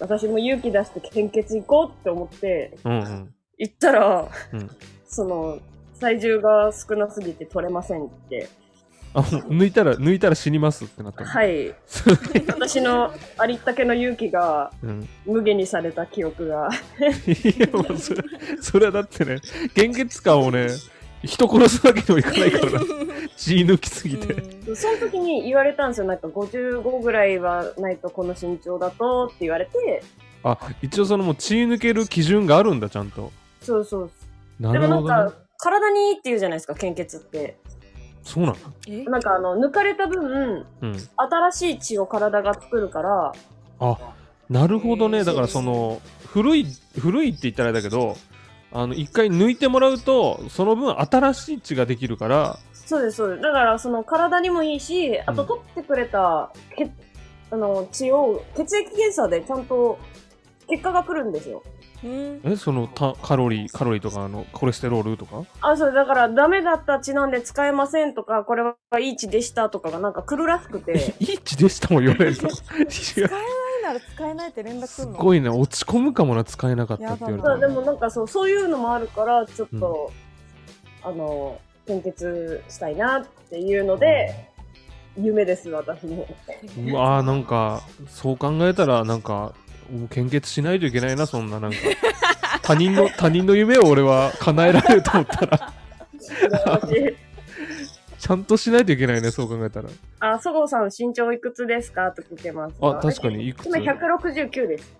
S2: 私も勇気出して献血行こうって思って、
S3: うんうん。
S2: 行ったら、
S3: うん
S2: その、体重が少なすぎて取れませんって
S3: あもう抜いたら抜いたら死にますってなったの
S2: はい。私のありったけの勇気が
S3: うん、
S2: 無限にされた記憶が。
S3: いやもうそれそれはだってね現月感をね人殺すわけにもいかないからな血抜きすぎて、
S2: その時に言われたんですよ。なんか55ぐらいはないとこの身長だとって言われて、
S3: あ一応そのもう血抜ける基準があるんだちゃんと
S2: そうそう。
S3: な
S2: でも
S3: る
S2: な
S3: ほ
S2: ん
S3: ど、ね
S2: か、体にいいって言うじゃないですか、献血って。
S3: そうなの
S1: え
S2: なんかあの、抜かれた分、
S3: うん
S2: 新しい血を体が作るから、
S3: あなるほど
S2: え
S3: ね
S2: ー
S3: だからその古い古いって言ったらあれだけどあの一回抜いてもらうとその分新しい血ができるから
S2: そうです、そうです。だから、その体にもいいし、あと取ってくれた血、あの、血を、血液検査でちゃんと結果が来るんですよ。
S1: うん
S3: えそのたカロリーカロリーとかあのコレステロールとか。
S2: あ、そう、だから、ダメだった血なんで使えませんとか、これはいい血でしたとかがなんか来るらしくて
S3: いい血でしたもん言われ ると違う
S1: 使えないなら使えないって連絡す
S3: す
S1: るの
S3: ごいね落ち込むかもな使えなかったって言われた
S2: そ
S3: ら
S2: うでもなんかそう、そういうのもあるから、ちょっと、あの、献血したいなっていうので、夢です、私 も。
S3: うわーなんかそう考えたらなんかもう献血しないといけないなそんななんか他人の他人の夢を俺は叶えられると思ったら
S2: 私
S3: ちゃんとしないといけないねそう考えたら
S2: あ、そごうさん身長いくつですかと聞いてます。
S3: あ確かにいくつ
S2: 今169です。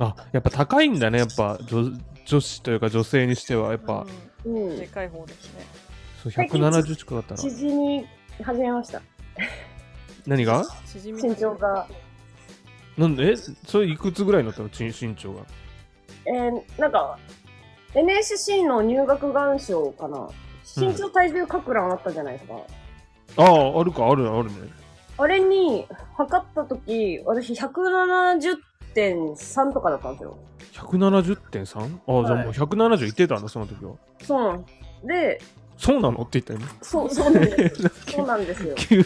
S3: あやっぱ高いんだねやっぱ女女子というか女性にしてはやっぱ、
S2: う
S1: うんで
S2: ん。
S1: かい方ですね
S3: そう170近かったら
S2: 縮み始めました。
S3: 何が
S1: 縮み
S2: 身長が。
S3: なんでえそれいくつぐらいになったのち身長が
S2: えー、なんか、NSC の入学願書かな。身長体重かく乱あったじゃないですか。
S3: あああるかあるあるね
S2: あれに測った時、私170.3とかだったんですよ。
S3: 170.3? ああ、じゃあもう170いってたんだその時は
S2: そうなんで、
S3: そうなのって言ったよね
S2: そう、そうなんです。
S3: 急
S2: そうなんですよ。
S3: 急に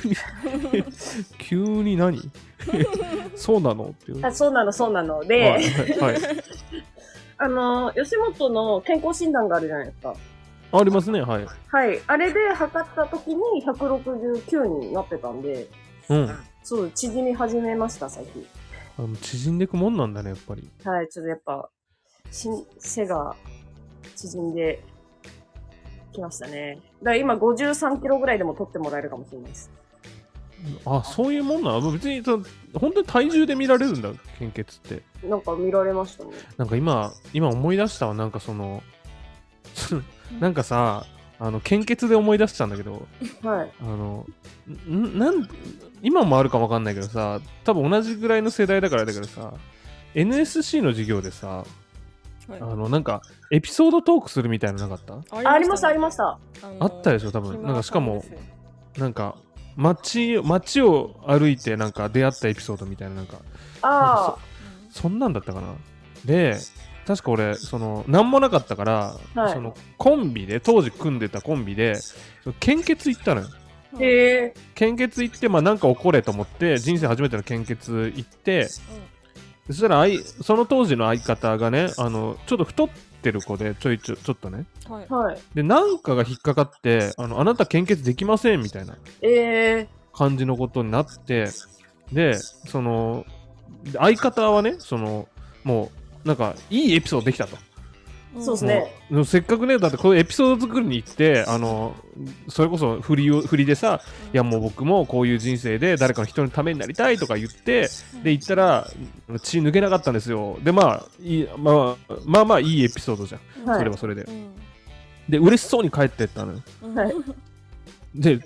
S3: 急に何そうなのっていう
S2: あそうなの、そうなの。
S3: はい
S2: で、
S3: はい、はい、
S2: あの、吉本の健康診断があるじゃないですか。
S3: ありますねはい
S2: はい。あれで測った時に169になってたんで、
S3: うん
S2: そう、縮み始めました、最近。
S3: あの縮んでいくもんなんだねやっぱり
S2: はい、ちょっとやっぱ、し背が縮んできましたね。だから今53キロぐらいでも取ってもらえるかもしれないです。
S3: あそういうもんなの別にその本当に体重で見られるんだ献血って
S2: なんか見られましたね。
S3: なんか今今思い出したわなんかその なんかさあの献血で思い出したんだけど
S2: はい。
S3: あのんなん今もあるかわかんないけどさ多分同じぐらいの世代だからだけどさ NSC の授業でさ
S1: はい
S3: あのなんかエピソードトークするみたいなのなかった
S2: あありました、あり
S1: ま
S2: ました。
S1: したね
S3: あったでしょ多分なんかしかもなんか街街を歩いてなんか出会ったエピソードみたいななんか
S2: あ
S3: そんなんだったかなで確か俺その何もなかったから、
S2: はい
S3: そのコンビで当時組んでたコンビでその献血行ったのよ
S2: あ、へえ。
S3: 献血行ってまあなんか起これと思って人生初めての献血行ってそしたらあいその当時の相方がねあのちょっと太ってる子でちょいちょちょっとね
S1: はい
S2: はい。
S3: でなんかが引っかかってあのあなた献血できませんみたいな
S2: ええ。
S3: 感じのことになってでそので相方はねそのもうなんかいいエピソードできたと
S2: そうです
S3: も
S2: ね。
S3: うでもせっかくねだってこういうエピソード作りに行ってあのそれこそ振りを振りでさいやもう僕もこういう人生で誰かの人のためになりたいとか言ってで行ったら血抜けなかったんですよでまあいい、まあ、まあまあいいエピソードじゃん
S2: は
S3: それ
S2: い。
S3: はそれで
S1: うん
S3: で嬉しそうに帰ってったのよ
S1: うん
S2: はい
S3: で、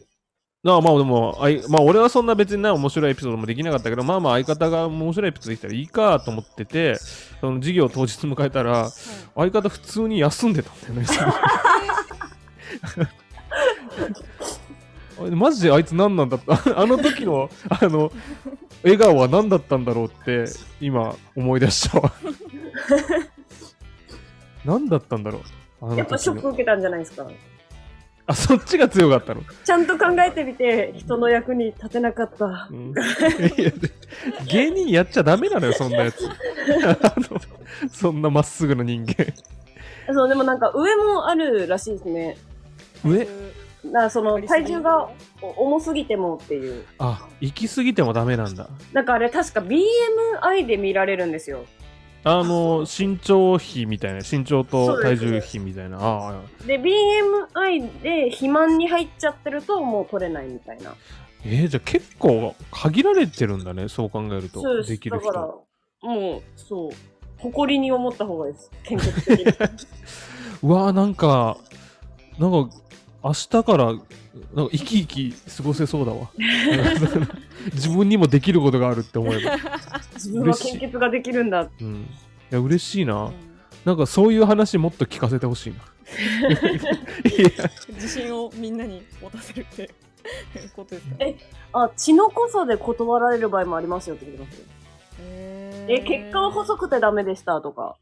S3: なあまあでも、あいまあ俺はそんな別にな面白いエピソードもできなかったけど、まあまあ相方が面白いエピソードできたらいいかと思ってて、その授業当日迎えたら、相方普通に休んでたんだよね。 あれマジであいつ何なんだった あの時のあの笑顔は何だったんだろうって今思い出した わ何だったんだろうあの時の
S2: やっぱショック受けたんじゃないですか。
S3: あそっちが強かったの
S2: ちゃんと考えてみて、人の役に立てなかった。
S3: うんいや芸人やっちゃダメなのよそんなやつ あのそんなまっすぐな人間
S2: そう、でもなんか上もあるらしいですね。
S3: 上
S2: なその体重が重すぎてもっていう。
S3: あ、行き過ぎてもダメなんだ。
S2: なんかあれ確か BMI で見られるんですよ。
S3: あの、身長比みたいな、身長と体
S2: そう
S3: 重
S2: です
S3: 比みたいな。ああ、
S2: で、BMI で肥満に入っちゃってるともう取れないみたいな。
S3: えー、じゃあ結構限られてるんだね、そう考える
S2: そう
S3: と。
S2: です
S3: できる
S2: だから
S3: 人。、
S2: もう、そう。誇りに思った方がいいです。建築的に。
S3: うわーなんか、なんか、明日から、なんか生き生き過ごせそう だわ。自分にもできることがあるって思えば。
S2: 自分は献血ができるんだ。
S3: うん。いや、嬉しいな。
S1: うん
S3: なんかそういう話もっと聞かせてほしいな。 いや
S1: 自信をみんなに持たせるっていうことですか
S2: えあ、血の濃さで断られる場合もありますよって言ってますよ。
S1: え
S2: え、血管細くてダメでしたとか。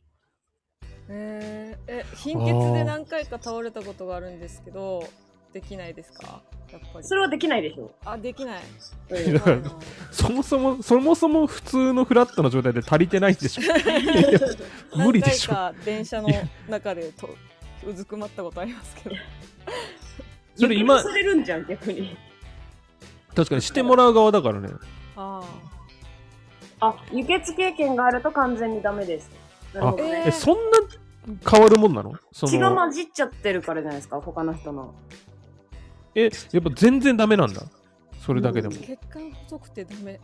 S1: えーえ貧血で何回か倒れたことがあるんですけどできないですかやっぱり
S2: それはできないでしょ。
S1: あでき ない
S2: うん
S3: だからそもそも、そもそも普通のフラットな状態で足りてないんで しょ。いや無理でしょ。
S1: 何回か電車の中でとうずくまったことありますけど
S3: それ今
S2: 逆にされるんじゃん、逆に。
S3: 確かにしてもらう側だからね。
S1: あ
S2: あ、輸血経験があると完全にダメです。なるほどね。
S1: え
S3: え、そんな変わるもんなのその
S2: 血が混じっちゃってるからじゃないですか、他の人の。
S3: え、やっぱ全然ダメなんだ。それだけで
S1: あ
S3: も。
S1: 血管細くてダメ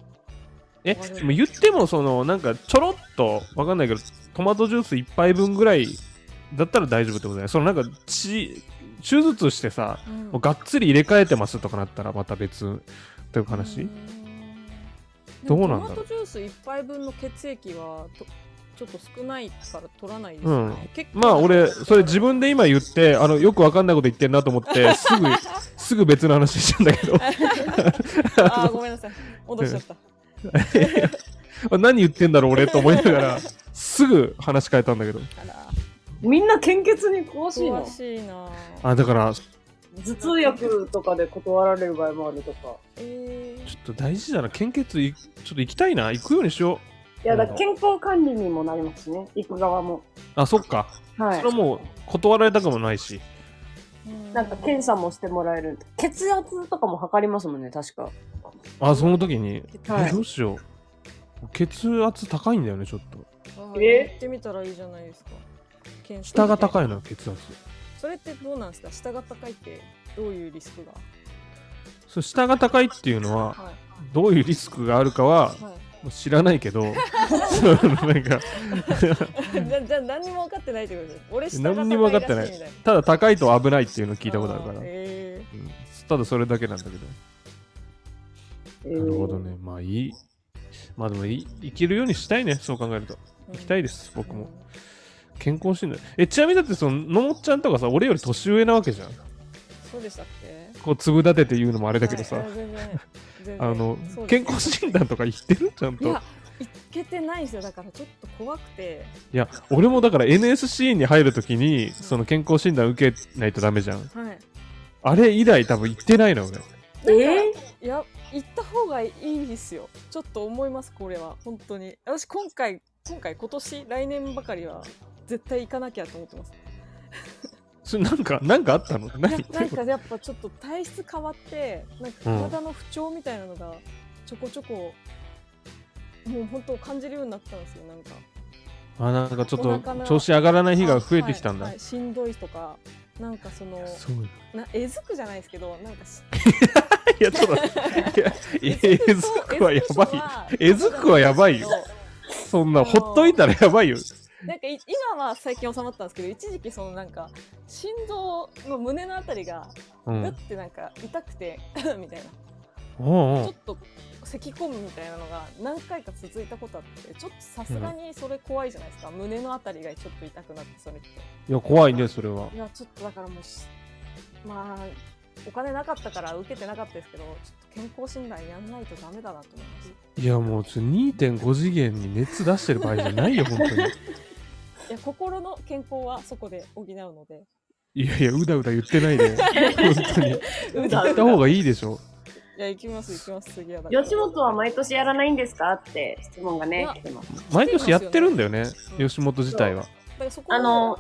S3: え、でも言っても、その、なんかちょろっと、わかんないけど、トマトジュース1杯分ぐらいだったら大丈夫ってことだよ。そのなんか血、手術してさ、
S1: うん
S3: もうがっつり入れ替えてますとかなったらまた別っていう話。
S1: うーん
S3: どうなんだろ
S1: で
S3: う
S1: もトマトジュース1杯分の血液はとちょっと少ないから取らないです
S3: う
S1: よ
S3: ん
S1: ね、結構
S3: まあ俺、それ自分で今言って、あの、よくわかんないこと言ってんなと思 って、すぐ、すぐ別の話しちゃうんだけど。
S1: ああごめんなさい戻しちゃった
S3: 何言ってんだろう俺と思いながら、すぐ話変えたんだけど。
S1: あら
S2: みんな献血に詳しいの
S1: 詳しいなあ
S3: あ、だから、ちょ
S2: 頭痛薬とかで断られる場合もあるとか。
S1: えー
S3: っと大事だな。献血い、ちょっと行きたいな。行くようにしよ
S2: いや、だから健康管理にもなりますしね、行く側も。
S3: う。あ、そっか。
S2: は。
S3: それはいもう断られたくもないし。
S1: うん
S2: なんか検査もしてもらえる。血圧とかも測りますもんね、確か。
S3: あ、その時に、
S2: はい
S3: えどうしよう。血圧高いんだよね、ちょっと。
S1: あー
S2: え
S1: 行ってみたらいいじゃないですか検査
S3: 下が高いのよ、血圧。
S1: それってどうなんですか下が高いってどういうリスクが
S3: そう下が高いっていうのは、
S1: は、、
S3: どういうリスクがあるかはい
S1: はい
S3: もう知らない けど、そうなんか、
S1: じゃじゃあ何にも分かってないってことです俺下が高いらしい
S3: 何にも分かってない
S1: みたい
S3: ただ高いと危ないっていうの聞いたことあるか
S1: ー
S3: ら、
S1: え
S3: うんただそれだけなんだけど。
S2: な
S3: なるほど。ね。まあいい。まあでもい、いけるようにしたいね、そう考えると。
S1: ー
S3: 行きたいです、
S1: うん
S3: 僕も。健康診断。え、ちなみにだって、その、のもっちゃんとかさ、俺より年上なわけじゃん。
S1: そうでしたっけ
S3: こう、粒立てて言うのもあれだけど
S1: はい
S3: さ
S1: あ、全然全然
S3: あの
S1: そう、です
S3: 健康診断とか行ってるちゃん
S1: い
S3: と
S1: や。行けてないんですよだからちょっと怖くて
S3: いや、俺もだから NSC に入るときに、その健康診断受けないとダメじゃん。
S1: はい
S3: あれ以来多分行ってないの、俺。
S2: えー
S1: いや行った方がいいですよちょっと思いますこれは本当に私今回今回今年来年ばかりは絶対行かなきゃと思ってます
S3: それなんか、なんかあったの何
S1: いやなんかやっぱちょっと体質変わってなんか体の不調みたいなのがちょこちょこ、もう本当感じるようになったんですよなんか
S3: あなんかちょっ
S1: お
S3: と
S1: 腹の
S3: 調子上がらない日が増えてきたんだ、
S1: はいはいしんどいとかなんかその
S3: そう い
S1: なえずくじゃないですけどなんか し
S3: やちょっと待っていやえずくはやばい
S1: い
S3: えずくはやばいよそんなほっといたらやばいよ
S1: なんかい今は最近収まったんですけど一時期そのなんか心臓の胸のあたりが
S3: う
S1: ぐっ
S3: ん
S1: てなんか痛くて みたいな
S3: お
S1: ちょ
S3: うおう
S1: っと咳込むみたいなのが何回か続いたことあってちょっとさすがにそれ怖いじゃないですか、胸のあたりがちょっと痛くなってそれって
S3: いや怖いねそれはい
S1: やちょっとだからもうしまあお金なかったから受けてなかったですけどちょっと健康診断やんないとダメだなと思いまし
S3: いやもうちょ2.5次元に熱出してる場合じゃないよ本当に
S1: たいや心の健康はそこで補うの で
S3: いやいやうだうだ言ってないで 本当に
S1: う
S3: 行った方がいいでしょ
S1: いや行きます行きます次はだから
S2: 吉本は毎年やらないんですかって質問がね、来てます。
S3: 毎年やってるんだよね
S1: うん
S3: 吉本自体は
S1: だからそこ
S2: あの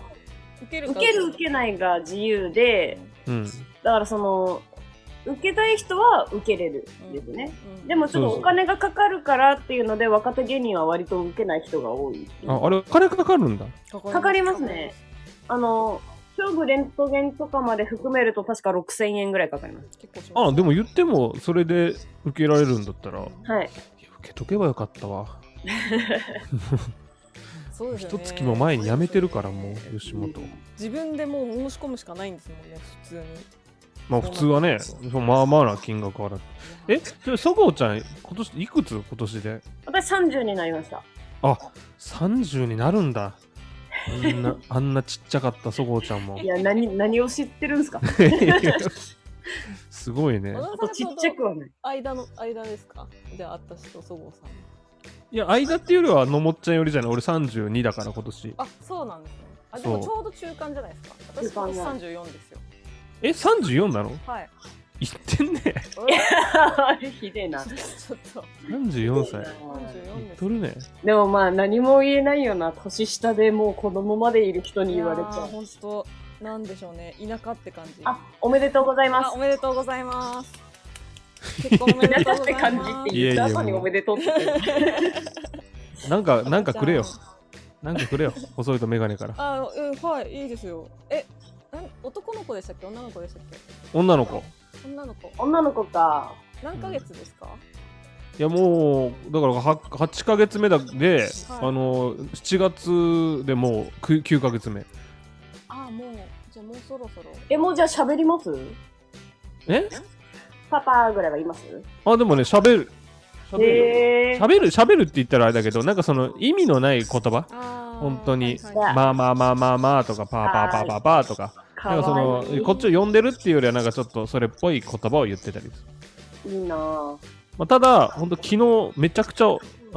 S1: 受ける
S2: 受
S1: か
S2: ける受けないが自由で、
S3: うん。
S2: だからその、受けたい人は受けれるんですね。でもちょっとお金がかかるからっていうので、若手芸人は割と受けない人が多い。
S3: あ、あれ、お金かかるんだ。
S1: も
S2: かかりますね。。あの、勝負レントゲンとかまで含めると確か6000円ぐらいかかります。
S1: 結構します
S3: あ、でも言っても、それで受けられるんだったら、いや
S2: はい。
S3: 受けとけばよかったわ。
S1: そうですよ
S3: 一
S1: ね
S3: 月も前に辞めてるから、もう、吉本。
S1: 自分でもう申し込むしかないんですもんね普通に
S3: まあ、普通はね、まあまあな金額払って。え、でもそごうちゃん、今年、いくつ今年で。
S2: 私30になりました。
S3: あ、30になるんだ。あん な、あんなちっちゃかったそごうちゃんも
S2: い。 や、何、何を知ってるんですか
S3: すごいね。
S1: 小
S2: あ
S1: 沢
S2: と
S1: さん
S2: ち
S1: ちょ
S2: っ
S1: う
S2: ちゃく
S1: ど
S2: はない。
S1: 間の間ですかじゃあ私とそごうさん
S3: いや、間っていうよりは、のもっちゃんよりじゃない。俺32だから、今年。
S1: あそうなんですねあでも
S3: そう
S1: ちょうど中間じゃないですか私
S2: 中間だ
S1: 三十四ですよ
S3: え、34なの
S1: はい
S3: 言ってんね。
S2: あれ ひでえ な。
S1: ちょっと
S3: 34
S1: 三
S3: 歳。
S1: 十
S3: 言
S1: 四
S3: っ
S1: です
S3: とるね。
S2: でもまあ何も言えないよな。年下でもう子供までいる人に
S1: いや
S2: 言
S1: ー
S2: われちゃう。
S1: 本当なんでしょうね田舎って感じ
S2: あ、おめでとうございま
S1: あお
S2: す。
S1: めでとうございます結婚おめでとう
S2: っ
S1: ござ
S2: て
S1: い
S2: 感
S1: ま
S2: じ
S1: す
S2: って言った
S3: いやいや
S2: 後に
S3: もう
S2: おめでとうって言って。
S3: なんか、なんかくれよ。なんかくれよ。細いとメガネから。
S1: あうんはいいいですよえなん男の子でしたっけ女の子でしたっ
S3: 女の子。
S1: け女の子
S2: 女の子か。
S1: 何ヶ月ですか、
S3: いや、もう、だからは8ヶ月目だで、
S1: はい
S3: あの、7月でもう 9, 9ヶ月目。
S1: あもうじゃあもうそろそろ
S2: え、もうじゃあ喋ります
S3: え
S2: パパぐらいはいます
S3: あ、でもね、喋る。喋る。
S2: へえ。
S3: 喋る、喋るって言ったらあれだけど、なんかその意味のない言葉。
S1: あー
S3: 本当に
S1: はいはい
S3: まあまあまあまあまあとか、パーパーパーパーパーとか。
S2: か
S3: なんかそ
S2: わ
S3: の
S2: いい。
S3: こっちを呼んでるっていうよりはなんかちょっとそれっぽい言葉を言ってたりする、
S2: いいなぁ。
S3: まあ、ただ本当昨日めちゃくちゃ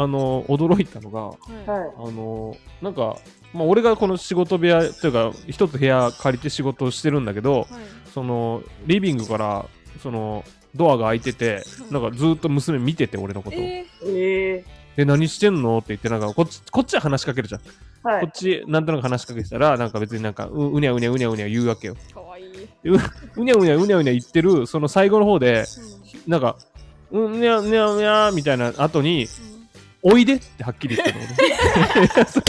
S3: あの驚いたのが
S1: はい
S2: はい。
S3: あのなんか、まあ、俺がこの仕事部屋というか一つ部屋借りて仕事をしてるんだけど
S1: はい
S3: そのリビングからそのドアが開いててなんかずっと娘見てて俺のことを、
S1: え
S2: ええ。
S3: で何してんのって言ってなんかこっちこっちは話しかけるじゃん、
S2: は
S3: こっ
S2: い。
S3: ちなんとなく話しかけてたらなんか別になんかううにゃうにゃうにゃうにゃ言うわけよ
S1: ー、かわいい、
S3: うにゃうにゃうにゃうにゃ言ってるその最後の方でなんか、うん、にゃ、にゃ、にゃ、みたいな後に、おいでってはっきり言ったの。俺 そう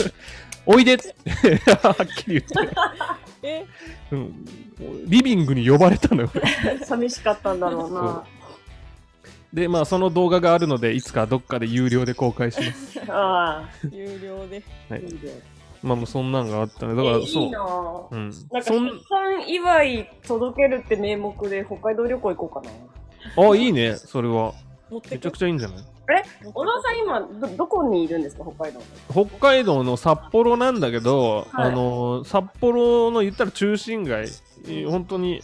S3: おいでってはっきり言った。
S1: え
S3: うん、リビングに呼ばれたのよ。俺
S2: 寂しかったんだろうな
S3: で、まあ、その動画があるので、いつかどっかで有料で公開します。
S2: あ
S1: 有料で
S2: あ、いいね。
S3: まあ、もうそんなんがあったね。だか
S2: え
S3: ら、
S2: い
S3: そ
S2: いうな。ぁ。
S3: うん、
S2: なんか、
S3: そ
S2: 出
S3: ん
S2: 産祝い届けるって名目で北海道旅行行こうかな。
S3: あいいねそれは
S1: 持って
S3: めちゃ
S1: く
S3: くちゃいいんじゃない
S2: 小沢さん今ど、どこにいるんですか、北海道の。
S3: 北海道の札幌なんだけど、
S2: はい
S3: あの札幌の言ったら中心街えー本当に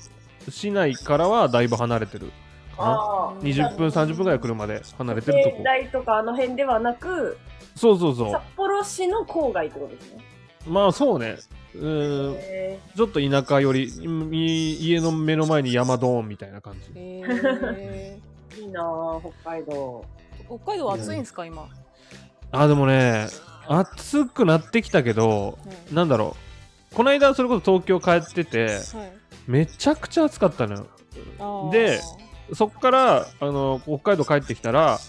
S3: 市内からはだいぶ離れてるかな
S2: あ
S1: うん
S3: 20分30分ぐらい車で離れてるとこ
S2: 仙台とかあの辺ではなく、
S3: そうそうそ
S2: 札幌市の郊外ってことですね。
S3: うまあそうねうーん
S2: へ
S3: ちょっと田舎よりうんい家の目の前に山ドーンみたいな感じ
S1: えー、
S2: ーいいなぁ、北海道。
S1: 北海道は暑いんですか今、
S3: あでもね暑くなってきたけど
S1: う
S3: なんだろうこの間それこそ東京帰ってて
S1: んはい
S3: めちゃくちゃ暑かったのよ
S1: あー
S3: でそっからあの北海道帰ってきたら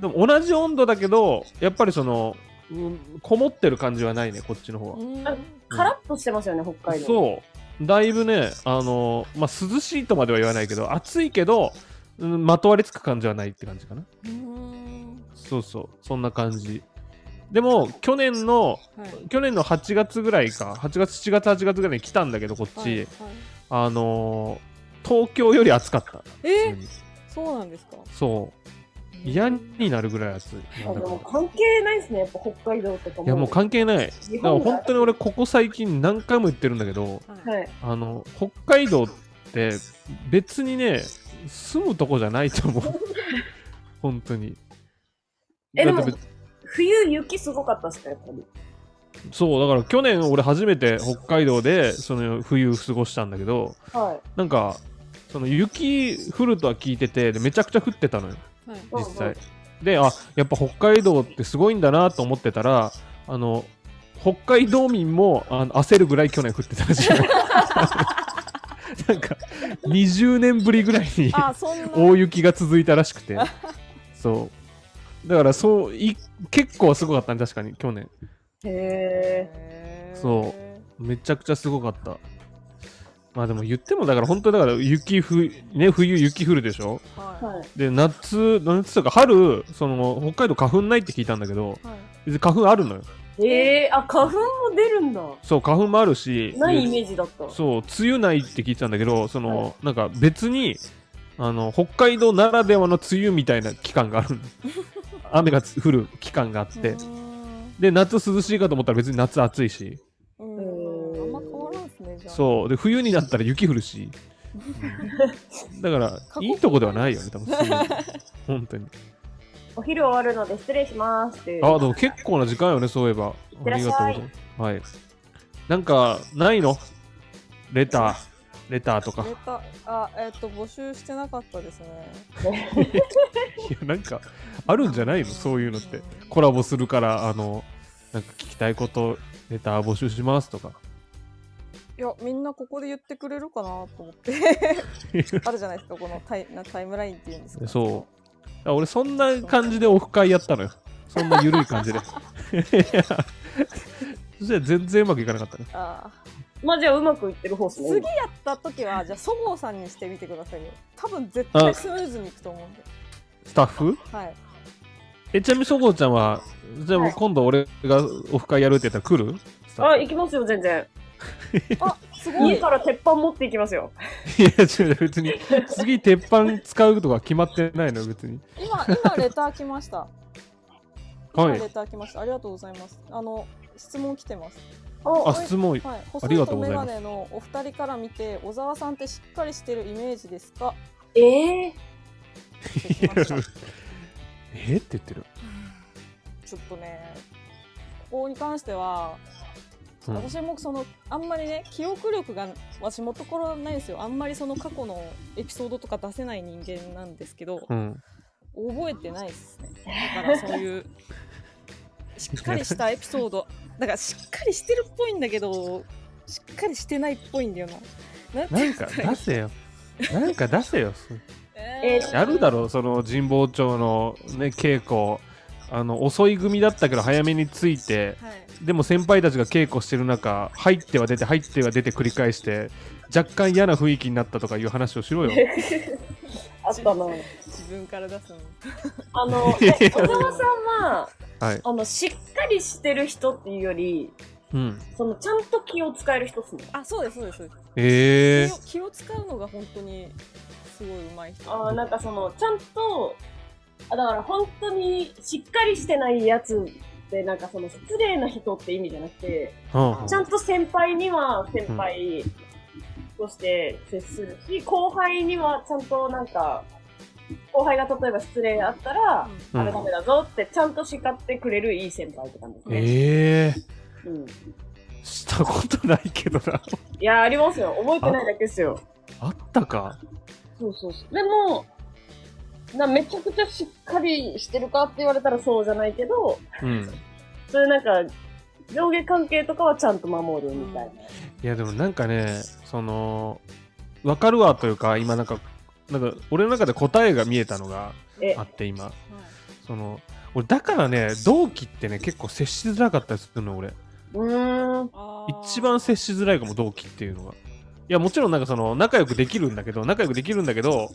S3: でも同じ温度だけどやっぱりその、うんこもってる感じはないねこっちの方は、
S1: うん
S2: あカラッとしてますよね、北海道。う。
S3: そうだいぶねあの、まあ、涼しいとまでは言わないけど暑いけど、うんまとわりつく感じはないって感じかな
S1: うん
S3: そうそうそんな感じでも去年の
S1: はい
S3: 去年の8月ぐらいか8月7月8月ぐらいに来たんだけどこっち、
S1: はいはい
S3: あの東京より暑かった
S1: え
S3: 普通に
S1: そうなんですか
S3: そう嫌になるぐらい暑い
S2: あでも関係ないですね、やっぱ北海道とかも。
S3: いやもう関係ない
S2: 日
S3: だから
S2: 本が
S3: 本当に俺ここ最近何回も言ってるんだけど
S1: い
S2: はい。
S3: あの北海道って別にね住むとこじゃないと思う本当に
S2: えでも
S3: だって別
S2: 冬、雪すごかったっすか、やっぱり。
S3: そうだから去年俺初めて北海道でその冬過ごしたんだけど
S2: はい。
S3: なんかその雪降るとは聞いててでめちゃくちゃ降ってたのよ
S1: はい
S3: 実
S2: うんう
S3: 際
S2: ん
S3: であやっぱ北海道ってすごいんだなと思ってたらあの北海道民もあの焦るぐらい去年降ってたらしいなんか20年ぶりぐらいに
S1: あそんな
S3: 大雪が続いたらしくてそうだからそうい結構すごかったね確かに去年
S2: へ
S1: へー
S3: そめちゃくちゃすごかったまあでも言ってもだから本当だから雪ふ、ね、冬雪降るでしょ
S2: ー
S1: は
S2: はい。
S3: で夏夏とか春その北海道花粉ないって聞いたんだけど
S1: いはい
S3: 別に花粉あるのよ
S2: えー、あ、花粉も出るんだ。
S3: そう花粉もあるし
S2: ないイ
S3: で
S2: メージだった。
S3: そう梅雨ないって聞いてたんだけどその、なんか別にあの北海道ならではの梅雨みたいな期間があるの雨が降る期間があってで夏涼しいかと思ったら別に夏暑いし
S1: うん
S2: うん
S1: あんま変わらんすねじゃあ
S3: そうで冬になったら雪降 るしだからいいとこではないよね 多分梅雨本当に
S2: お昼終わるので失礼しますっていう。
S3: あでも結構な時間よねそういえば
S2: ってらっしゃい
S3: ありがとうございますはいなんかないのレターレタ ーとか
S1: レタあえっ、と募集してなかったですね
S3: いやなんかあるんじゃないのそういうのってコラボするからあのなんか聞きたいことネタ募集しますとか
S1: いやみんなここで言ってくれるかなと思って あるじゃないですかこのタイなタイムラインっていうんですか
S3: そうあ俺そんな感じでオフ会やったのよそんな緩い感 じでいやそしたら全然うまくいかなかったね
S1: あ
S2: まあじゃあうまくいってる方で
S1: ー
S2: すね。
S1: 次やった時はじゃあそごうさんにしてみてくださいよ多分絶対スムーズにいくと思うんで
S3: スタッフ
S1: はい
S3: えちなみにそごうちゃんはじゃあもう今度俺がオフ会やるって言ったら来るスタ
S2: あ、
S3: ッ
S2: 行きますよ、全然。
S1: あすご
S2: 家
S1: い
S2: から鉄板持って行きますよ。
S3: フいや違う別に次鉄板使うとか決まってないのよ別に
S1: 今今レター来ま した今
S3: はい
S1: レター来ましたありがとうございますあの質問来てます
S3: あ質問
S1: はい、
S3: あ
S1: 細
S3: り
S1: い
S3: がと
S1: と
S3: うご
S1: メ
S3: ざいま
S1: ガ
S3: す
S1: ネのお二人から見て小沢さんってしっかりしてるイメージですか
S2: ええ
S1: って来ました
S3: えって言ってる、
S1: ちょっとねここに関しては
S3: うん
S1: 私もそのあんまりね記憶力が私もところないんですよあんまりその過去のエピソードとか出せない人間なんですけど
S3: うん、
S1: 覚えてないですね だからそういうしっかりしたエピソードだからしっかりしてるっぽいんだけどしっかりしてないっぽいんだよななんて
S3: なんか出せよ。なんか出せよ。
S1: え
S2: えー
S3: やるだろう、その神保町のね、稽古。あの、遅い組だったけど早めに着いて、
S1: はい
S3: でも先輩たちが稽古してる中、入っては出て、入っては出て繰り返して、若干嫌な雰囲気になったとかいう話をしろよ。
S2: あったな。
S1: 自分から出すの
S2: あ の、え小沢さんは、
S3: はい。
S2: あの、しっかりしてる人っていうより、
S3: うん。
S2: その、ちゃんと気を使える人っすね。
S1: あそうですそうですそうです
S3: ええ
S1: 気を気を使うのが本当にすごい上手い人
S2: あーなんかその、ちゃんと、あだから本当にしっかりしてないやつって、なんかその失礼な人って意味じゃなくて、
S3: うん
S2: ちゃんと先輩には先輩として接するし、後輩にはちゃんとなんか、後輩が例えば失礼あったら、
S3: うん
S2: あれダメだぞってちゃんと叱ってくれるいい先輩って感じですね。
S3: ええ
S2: うん、い
S3: したことないけどな。
S2: や、ありますよ。覚えてないだけですよ。
S3: あったか。
S2: そうそうそう。でも、なめちゃくちゃしっかりしてるかって言われたらそうじゃないけど、
S3: うん。
S2: そういうなんか、上下関係とかはちゃんと守るみたいな。
S3: いやでもなんかねその分かるわというか今なんかなんか俺の中で答えが見えたのが
S2: え
S3: あって今その俺だからね同期ってね結構接しづらかったりするの俺
S2: うーん。
S3: 一番接しづらいかも同期っていうのがいやもちろんなんかその仲良くできるんだけど仲良くできるんだけど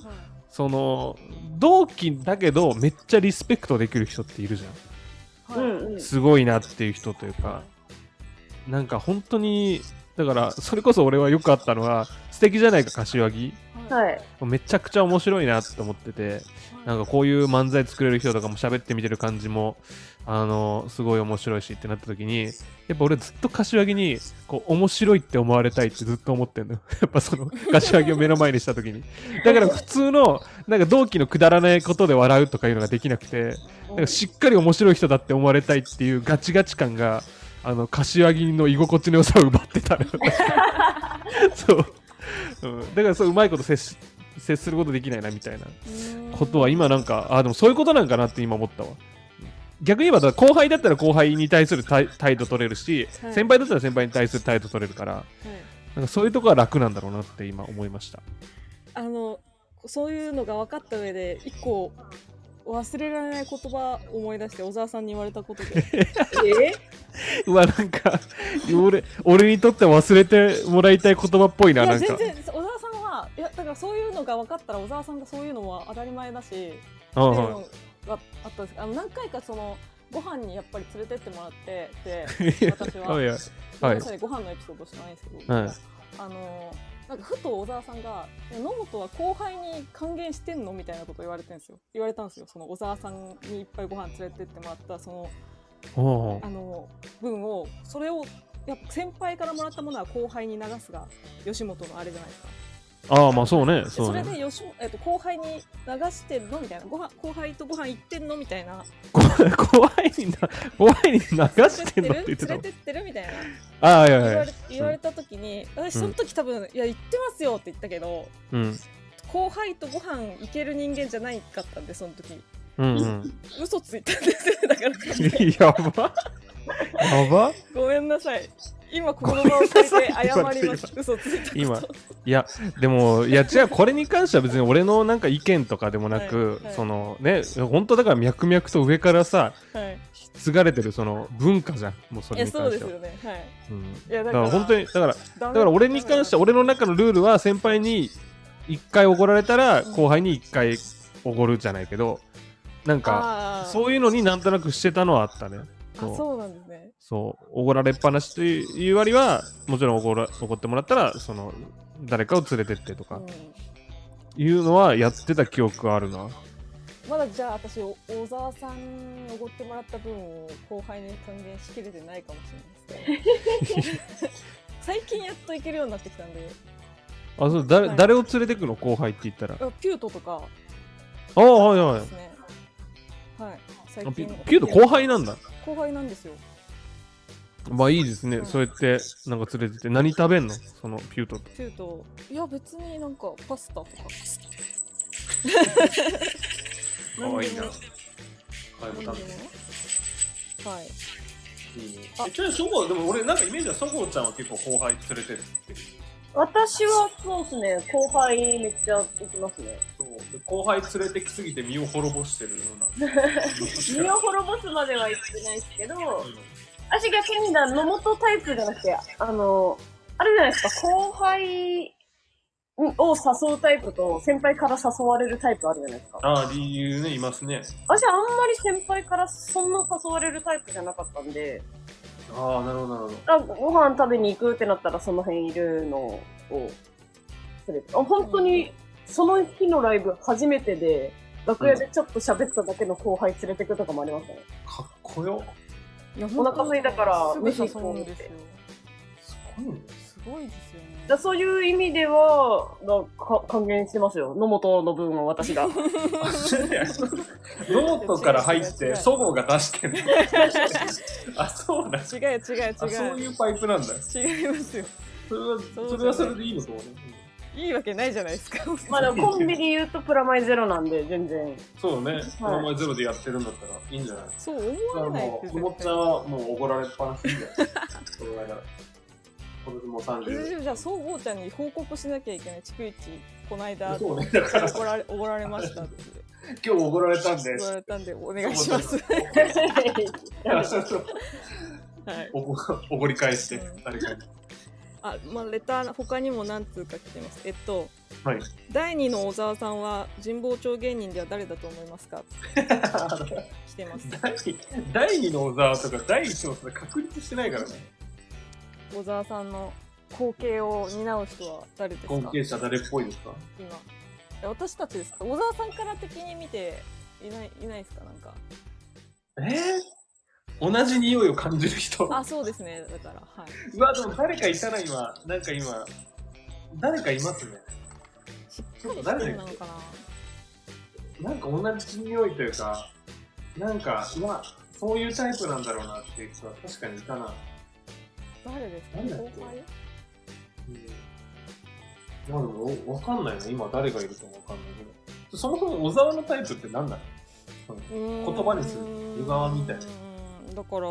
S3: その同期だけどめっちゃリスペクトできる人っているじゃん
S2: うんうん。
S3: すごいなっていう人というか、なんか本当に、だから、それこそ俺はよくあったのは、素敵じゃないか、柏木。
S2: はい。
S3: めちゃくちゃ面白いなって思ってて、なんかこういう漫才作れる人とかも喋ってみてる感じも、あの、すごい面白いしってなった時に、やっぱ俺ずっと柏木に、こう、面白いって思われたいってずっと思ってんの。 やっぱその、柏木を目の前にした時に。だから普通の、なんか同期のくだらないことで笑うとかいうのができなくて、なんかしっかり面白い人だって思われたいっていうガチガチ感が、あの、柏木の居心地の良さを奪ってたのよそう。うん、だからそう、うまいこと接し接することできないなみたいなことは今なんか、あ、でもそういうことなんかなって今思ったわ。逆に言えばだから後輩だったら後輩に対する態態度取れるし、
S1: はい
S3: 先輩だったら先輩に対する態度取れるから、なんかそういうとこは楽なんだろうなって今思いました。
S1: あのそういうのが分かった上で一個忘れられない言葉思い出して小沢さんに言われたこと で
S2: え
S3: うわ、なんか、俺、俺にとって忘れてもらいたい言葉っぽい
S1: い
S3: な、な
S1: や
S3: んか
S1: 全。然小沢さんはいやだからそういうのが分かったら小沢さんがそういうのは当たり前だしっていう
S3: うんうん
S1: のがあったんですけどあの何回かそのご飯にやっぱり連れてってもらってで 私は
S3: はいはい
S1: ご
S3: はい
S1: めんなさいご飯のエピソードしかないんですけど、
S3: はい
S1: あのなんかふと小沢さんが「いや野本は後輩に還元してんの?」みたいなこと言われてんですよ言われたんですよその小沢さんにいっぱいご飯連れてってもらったその
S3: おう
S1: あの分をそれをやっぱ先輩からもらったものは後輩に流すが吉本のあれじゃないですか
S3: ああ、まあそうね、
S1: で
S3: そう
S1: それ
S3: ね。
S1: で吉本、えっと、後輩に流してるのみたいなご飯後輩とご飯行ってんのみたいな
S3: こ怖いんだ、怖いに流してんのって
S1: 連
S3: 言
S1: れ
S3: ってて
S1: る
S3: た
S1: 連れ
S3: もん。
S1: てってるみたいな
S3: ああ、はいは
S1: 言
S3: い
S1: わ
S3: はい
S1: れ。言われた時に私その時多分「いや行ってますよ」って言ったけど
S3: うん。
S1: 後輩とご飯行ける人間じゃないかったんでその時
S3: うんうん。
S1: 嘘ついたんですよ だから
S3: やば。 やば
S1: ごめんなさい今この場を借りて謝ります嘘ついたこと
S3: 今いやでもいや違うこれに関しては別に俺のなんか意見とかでもなく、
S1: はいはい
S3: そのね本当だから脈々と上からさ
S1: はい
S3: 継がれてるその文化じゃんもうそ
S1: い
S3: れ
S1: や
S3: に
S1: そう
S3: 関
S1: で
S3: し
S1: す
S3: ては
S1: よねはい
S3: うん
S1: いや
S3: だ
S1: だ
S3: から本当にだからだ
S1: だ
S3: から俺に関しては俺の中のルールは先輩に一回怒られたら
S1: うん
S3: 後輩に一回怒るじゃないけどなんか
S1: か
S3: そういうのになんとなくしてたのはあったね
S1: あそうなんですね
S3: そう、おごられっぱなしという割は、もちろんおごらおごってもらったら、その、誰かを連れてってと
S1: う
S3: か
S1: ん、
S3: いうのはやってた記憶はあるな。
S1: まだじゃあ私お小沢さんにおごってもらった分を後輩に還元しきれてないかもしれないですね最近やっと行けるようになってきたんで
S3: あ、そう、誰,、
S1: はい
S3: 誰を連れてくの後輩って言ったら。
S1: あピュートとか
S3: ああ、はいはい
S1: です。ね。はい。最
S3: あ
S1: 近
S3: ピュピュート後輩なんだ。
S1: 後輩なんですよ。
S3: まあいいですね。
S1: うん
S3: そうやって、なんか連れてって。何食べんのそのピュートと。
S1: ピュートいや別になんかパスタとか。
S6: かわいいな買い物食べ
S1: 何。でも
S6: て
S1: はい。
S6: いいね。えちなみに、そごうでも俺、なんかイメージは、そごうちゃんは結構後輩連れてるっていう。
S2: 私はそうですね、後輩めっちゃ行きますね。
S6: そうで後輩連れてきすぎて身を滅ぼしてるような。
S2: 身を滅ぼすまでは行ってないですけど、
S6: うん
S2: 私逆にな、野本タイプじゃなくて、あの、あるじゃないですか、後輩を誘うタイプと、先輩から誘われるタイプあるじゃないですか。
S6: ああ、理由ね、いますね。
S2: 私あんまり先輩からそんな誘われるタイプじゃなかったんで、
S6: ああ、なるほど、なるほど。
S2: あご飯食べに行くってなったらその辺いるのを連れてあ本当にその日のライブ初めてで楽屋でちょっと喋っただけの後輩連れてくとかもありましたね、
S6: かっこよ。
S1: いや
S2: お腹空いたから
S1: すぐ誘うんですよ。
S6: すごいね。
S1: すごいですよね。
S2: だそういう意味ではなんか還元してますよ野本の分を私 が
S6: ノートから入って、そごうが出してる。 あ、そうなん
S1: 違う違う違う。
S6: あそういうパイプなんだ。
S1: 違いますよ。
S6: それは、それはそれでいいのと思うね。
S1: いいわけないじゃないですか。
S2: まあでもコンビで言うとプラマイゼロなんで全然
S6: そうね。この前ゼロでやってるんだったらいいんじゃない
S1: そう思われない
S6: も
S1: って
S6: う、こも
S1: 絶
S6: ちゃん
S1: 対。
S6: はもう怒られっぱなしみたいな。これぐらいだから。これでもう30。
S1: じゃあそうごうちゃんに報告しなきゃいけない逐一この間
S6: そうね。だから、
S1: 怒られ怒られましたって
S6: 今日怒られたんで
S1: 言。われたんで お願いします。はい。
S6: おごおごり返して
S1: うん、
S6: 誰かに。
S1: あ、まあ、レター、他にも何通か来てます。えっと、
S6: はい
S1: 第2の小沢さんは神保町芸人では誰だと思いますか来てます。
S6: 第第二の小沢とか第一の小沢確立してないからね。
S1: 小沢さんの後継を担う人は誰ですか
S6: 後継者誰っぽいですか
S1: 今。え私たちですか小沢さんから的に見ていない、いないですかなんか。
S6: えー、同じ匂いを感じる人。
S1: あ、そうですね。だから、はい。
S6: うわ、でも誰かいたな、今。なんか今。誰かいますね。
S1: しっかりしてるなのかな
S6: なんか同じ匂いというか、なんか、うわ、そういうタイプなんだろうなっていう人は確かにいたな。
S1: 誰ですか
S6: 誰だっ
S1: 後
S6: け
S1: 輩
S6: うんまあでもお、わかんないな。今誰がいるかもわかんないけど。そもそも小沢のタイプって何なの
S1: 言
S6: 言葉にする小沢みたいな
S1: な。だから、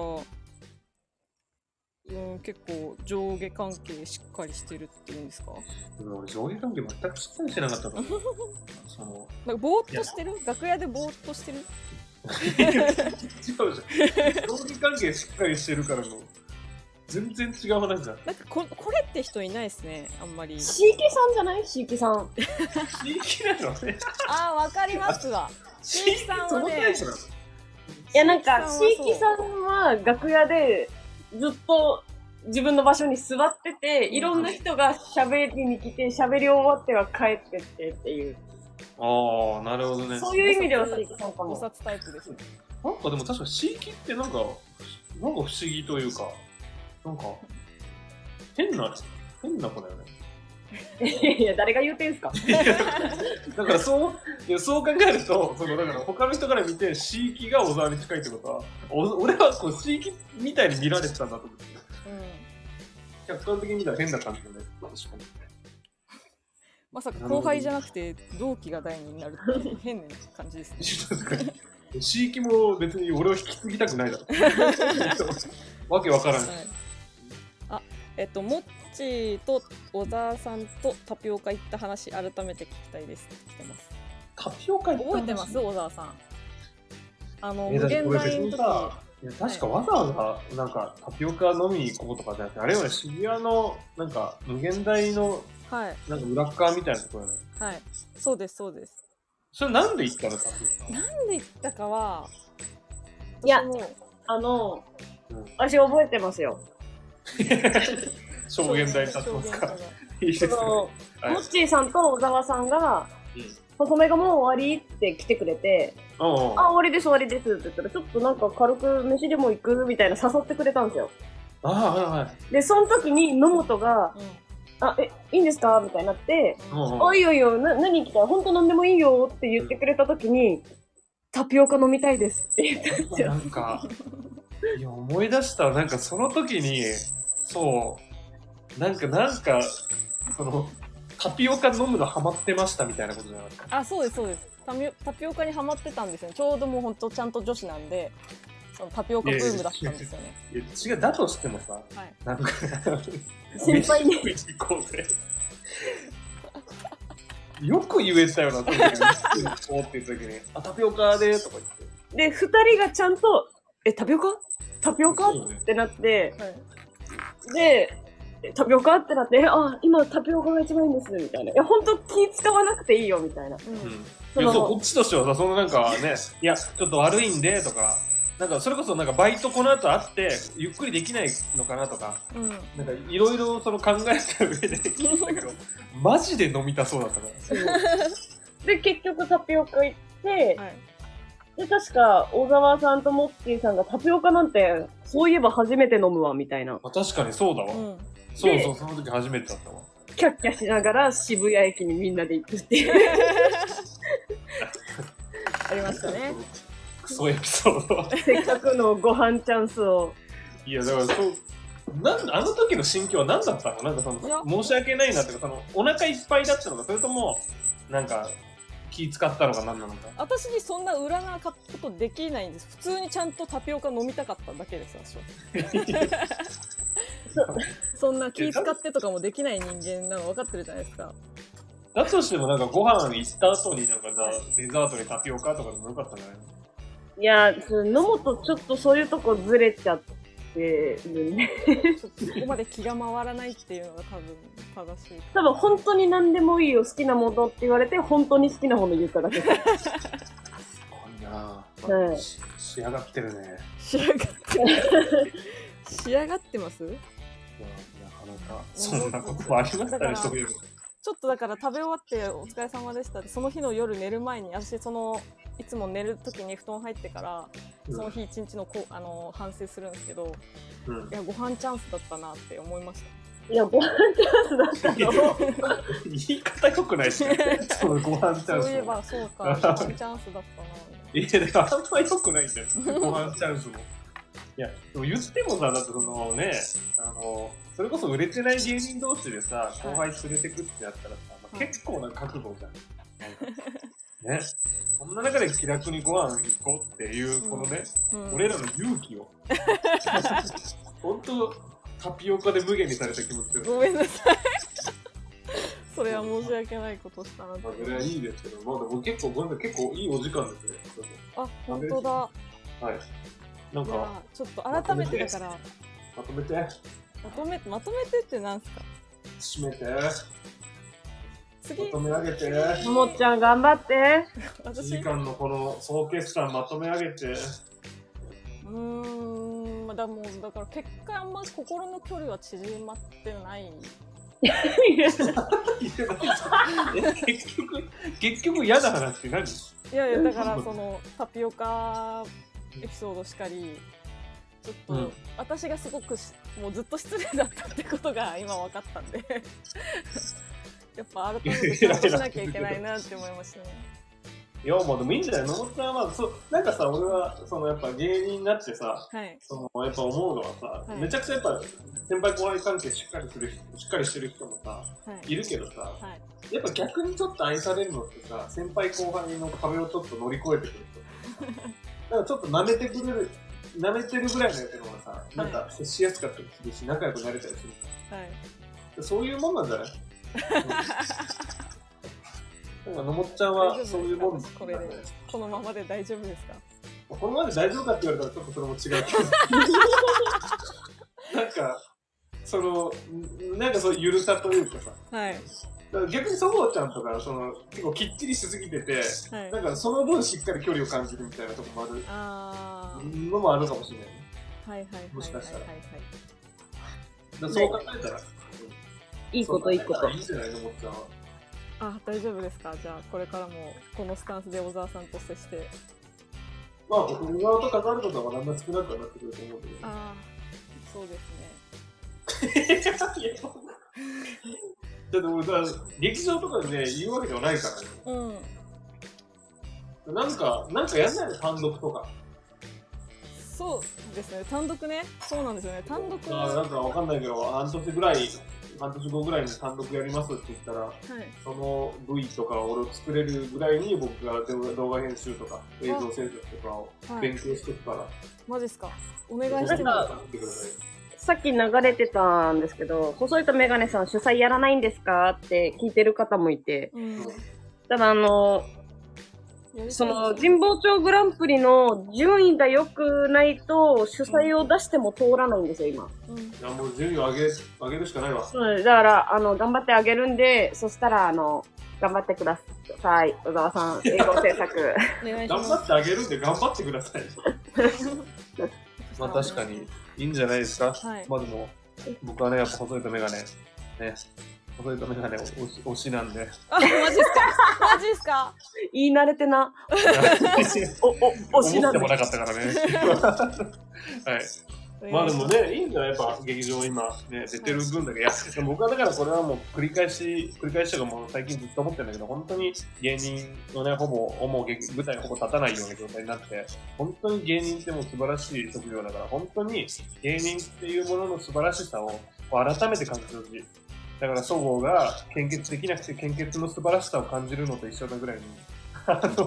S1: 君結構上下関係しっかりしてるっていうんですか
S3: 俺、上下関係全くしっかりしてなかったから。そ の、
S1: なんかぼーっとしてる楽屋でぼーっとしてる
S3: 違うじゃん。上下関係しっかりしてるからの、全然違う話だ。
S1: なんかここれって人いないですねあんまり
S2: シーケさんじゃないシーケさん。
S3: 地域なのね。
S1: あーわかりますわ
S3: 地域
S1: さんはね
S3: そのタイプなの。
S2: いや、なんか、
S1: シー
S2: シー
S1: キ
S2: キ
S1: さ
S2: さんは楽屋でずっと自分の場所に座ってて、いろんな人が喋りに来て、喋り終わっては帰ってってっていう。
S3: ああ、なるほどね。
S2: そういう意味ではシ
S1: そう
S2: ーキさんか
S1: お
S2: も。
S1: 札タイプですね
S3: なんかでも確か地域ってなんか、なんか不思議というか、なんか、変な、変な子だよね。
S2: いや、誰が言うてんすか
S3: だからそう、いやそう考えると、そのだから他の人から見て、地域が小沢に近いってことは、お俺はこう地域みたいに見られてたんだと思って。
S1: うん
S3: 客観的に見たら変な感じだね。確かに。
S1: まさか後輩じゃなくて同期が第二になるっていう変な感じですね
S3: 確かに。地域も別に俺を引き継ぎたくないだろ。わけわからない。
S1: はい、あえっとモッチーと小沢さんとタピオカ行った話改めて聞きたいですって来てます
S3: タピオカ行った
S1: 覚えてます小沢さんあの無限
S3: 俺別
S1: 大の
S3: に
S1: 時
S3: さいや確かわざわざなんかタピオカ飲みに行こうとかじゃなくてあれよね渋谷のなんか無限大の
S1: はい
S3: なんか裏っ側みたいなところよね
S1: はいそうですそうです
S3: それなんで行ったのタピオ
S1: なんで行ったかはい
S2: や
S1: 私も
S2: あの
S3: うん、
S2: 私覚えてますよ。
S3: カ証言台立ってます
S1: 証言
S3: か
S1: 台が
S3: いいです
S2: そ
S3: ね
S2: の、
S3: はい
S2: モッチーさんと小沢さんが、細めがもう終わりって来てくれて、
S3: うんうん
S2: あ、終わりです終わりですって言ったら、ちょっとなんか軽く飯でも行くみたいな誘ってくれたんですよ。
S3: あはいはい
S2: で、その時に野本が、
S1: うん
S2: あ、え、いいんですかみたいになって、
S3: うんうん
S2: あ、いいよいいよ、な、何来た本当何でもいいよって言ってくれた時に、タピオカ飲みたいですって言ったんですよ。
S3: なんか、いや、思い出した。なんか、その時に、そう、なんか、なんか、その、タピオカ飲むのハマってましたみたいなことじゃなかった。
S1: あそうですそうですタミタピオカにハマってたんですよねちょうどもうほんとちゃんと女子なんでそのタピオカブームだったんですよね
S3: いや違う、だとしてもさ、
S1: はい
S3: なんか、
S2: 先輩に
S3: 飯食いに行こうぜ。 よく言えたよな、その時に。飯食いに行こうっていう時に、あ、タピオカでとか言って。
S2: で、二人がちゃんと、え、タピオカタピオカ
S3: そうね
S2: ってなって、
S1: はい
S2: で、えタピオカってなって、えあ、今タピオカが一番いいんです、みたいな。いや、本当気使わなくていいよ、みたいな。
S1: うん
S3: うん、いやそうこっちとしてはさそのなんかねいやちょっと悪いんでとかなんかそれこそなんかバイトこの後あってゆっくりできないのかなとか
S1: うん
S3: なんかいろいろその考えた上で聞いたけ どマジで飲みたそうだったから
S2: で、結局タピオカ行って、
S1: はい
S2: で、確か、小沢さんとモッチーさんがタピオカなんて、そういえば初めて飲むわ、みたいな。
S3: あ確かにそうだわ、
S1: うん
S3: そうそうその時初めてだったわ
S2: キャッキャしながら渋谷駅にみんなで行くっていう。
S1: ありましたね
S3: クソエピソードは
S2: せっかくのご飯チャンスを。
S3: いやだからそうなんあの時の心境は何だったのなんかそ
S1: いや
S3: の申し訳ないなっていうかそのお腹いっぱいだったのかそれともなんか気使ったのか何なのか
S1: 私にそんな裏なかったことできないんです普通にちゃんとタピオカ飲みたかっただけです私はそんな気使ってとかもできない人間なの分かってるじゃないですか
S3: だとしてもなんかご飯行った後になんか
S1: はい
S3: さデザートにタピオカとかでもよかったんじゃないの
S2: いや、その野本ちょっとそういうとこずれちゃってるね。
S1: ちょっとそこまで気が回らないっていうのが多分正しい
S2: 多分本当に何でもいいよ、好きなものって言われて、本当に好きなもの言っただけ。
S3: すごいな
S2: ぁはい
S3: し仕上がってるね。いや
S1: 仕上がってます仕上がってます
S3: なかなか そんなこともありました
S1: だか
S3: ね、
S1: ら
S3: そういうの。
S1: ちょっとだから食べ終わってお疲れ様でしたってその日の夜寝る前に私そのいつも寝る時に布団入ってからその日一日のこうあの反省するんですけど
S3: うん
S1: いやご飯チャンスだったなって思いました
S2: いや、ご飯チャンスだったの。
S3: 言い方良くないし ね、そのご飯チャンス。
S1: そういえばそうかご飯チャンスだったなみ
S3: いや、だからあんま良くないんだよ、ご飯チャンスも。いや、でも言ってもさ、だってそのね、あの、それこそ売れてない芸人同士でさ、後輩連れてくってやったらさ、まあ
S1: はい
S3: 結構な覚悟じゃん。なんかね。そんな中で気楽にご飯行こうっていう、このね、
S1: たいな、うん
S3: 俺らの勇気を。本当タピオカで無限にされた気持ちを。
S1: ごめんなさい。それは申し訳ないことしたなって
S3: まあ、そ れはいいですけど、まあでも結構、ごめんなさい、結構いいお時間ですね。
S1: あ、本当だ。
S3: はい。なん
S1: い
S3: か、
S1: や、ちょっと改めてだから、
S3: まとめて、
S1: まとめ、まとめてってなんすか
S3: 締めて、ま
S1: 次
S3: と、め上げて、
S2: ともっちゃん頑張って。
S3: 1
S1: 私、
S3: 時
S1: う
S3: 間のこの総決算まとめ上げて、
S1: ーん、まあだもう、だから結果あんま心の距離は縮まってない。
S3: 言えないじゃん 結局、結局嫌な話って何
S1: いやいや、だからその、タピオカエピソードしかり、ちょっと、
S3: うん
S1: 私がすごくしもうずっと失礼だったってこと が今分かったんで やっぱ改めてちゃんとしなきゃいけないなって思いましたね。
S3: いや、まあでもいいんじゃないのさんは、そう、なんかさ、俺は、そのやっぱ芸人になってさ、
S1: はい、
S3: そのやっぱ思うのはさ、
S1: はい
S3: めちゃくちゃやっぱ、先輩後輩関係しっかりする人、しっかりしてる人もさ、
S1: はい、
S3: いるけどさ、
S1: はい
S3: やっぱ逆にちょっと愛されるのってさ、先輩後輩の壁をちょっと乗り越えてくる人。なんかちょっと舐めてくれる、舐めてるぐらいのやつの方がさ、なんか接しやすかったりするし、仲良くなれたりするか
S1: はい
S3: ら。そういうもんなんじゃないうんなんか、のもっちゃんはそういうもんなんじゃ
S1: これ
S3: ない
S1: でこのままで大丈夫ですか
S3: このまで大丈夫かって言われたらちょっとそれも違うけど。なんか、その、んなんかそういうゆるさというかさ、
S1: はい
S3: だから逆にそごうちゃんとか、その、結構きっちりしすぎてて、
S1: はい
S3: なんかその分しっかり距離を感じるみたいなとこもある
S1: あ
S3: のもあるかもしれないね。
S1: ーはいはいはい
S3: も
S1: は
S3: し
S1: い
S3: か
S1: は
S3: したら
S1: い
S3: だからそう考えたら。
S2: いいこといいこ
S3: そう
S2: と
S3: 考えたら。いいじゃないのもっちゃんは。
S1: はいあ大丈夫ですかじゃあこれからもこのスタンスで小沢さんと接して
S3: まあ、僕、小沢と関わることはだんだん少なくはなってくると思うけど。
S1: ああそうですね
S3: だってもう、だから劇場とかでね、言うわけではないからね。
S1: うん
S3: なんか、なんかやんないの単独とか。
S1: そうですね単独ねそうなんですよね単独
S3: まあ、なんかわかんないけど、半年ぐらい、半年後ぐらいに単独やりますって言ったら、
S1: はい
S3: その V とか俺を作れるぐらいに僕が動画編集とか映像制作とかを
S1: はい
S3: 勉強していくから。
S1: マジっすかお願いして
S3: ぜ
S1: みて
S3: ひ
S1: くだ
S3: 頑
S1: さ
S3: 張ってください
S2: さっき流れてたんですけど、細いとメガネさん主催やらないんですかって聞いてる方もいて、
S1: いうん
S2: ただあの、
S1: やり
S2: そ
S1: た
S2: の
S1: いです
S2: 神保町グランプリの順位が良くないと主催を出しても通らないんですよ、今。
S1: うん
S3: いやもう順位を上げ上げるしかないわ。
S2: そうですだから、あの、頑張ってあげるんで、そしたら、あの、頑張ってください、小沢さん、映像制作。
S1: お願いし
S3: 頑
S1: ます
S3: 張ってあげるんで頑張ってく ださい。まあ確かにいいんじゃないですか。
S1: はい
S3: まあでも僕はねやっぱ細いとメガネね細いとメガネ推し推しなん で。
S1: あマジっす かマジっすか
S2: 言い慣れてな。お、お、おし
S3: 思
S2: な
S3: って
S2: で
S3: もなかったから ね。はい。まあでもね、いいんじゃないやっぱ劇場今ね、出てる分だけ。いや、でも僕はだからこれはもう繰り返し、繰り返しというかもう最近ずっと思ってるんだけど、本当に芸人のね、ほぼ、もう劇舞台ほぼ立たないような状態になって、本当に芸人ってもう素晴らしい職業だから、本当に芸人っていうものの素晴らしさをこう改めて感じてほしい。だから、そごうが献血できなくて献血の素晴らしさを感じるのと一緒なぐらいに、あの、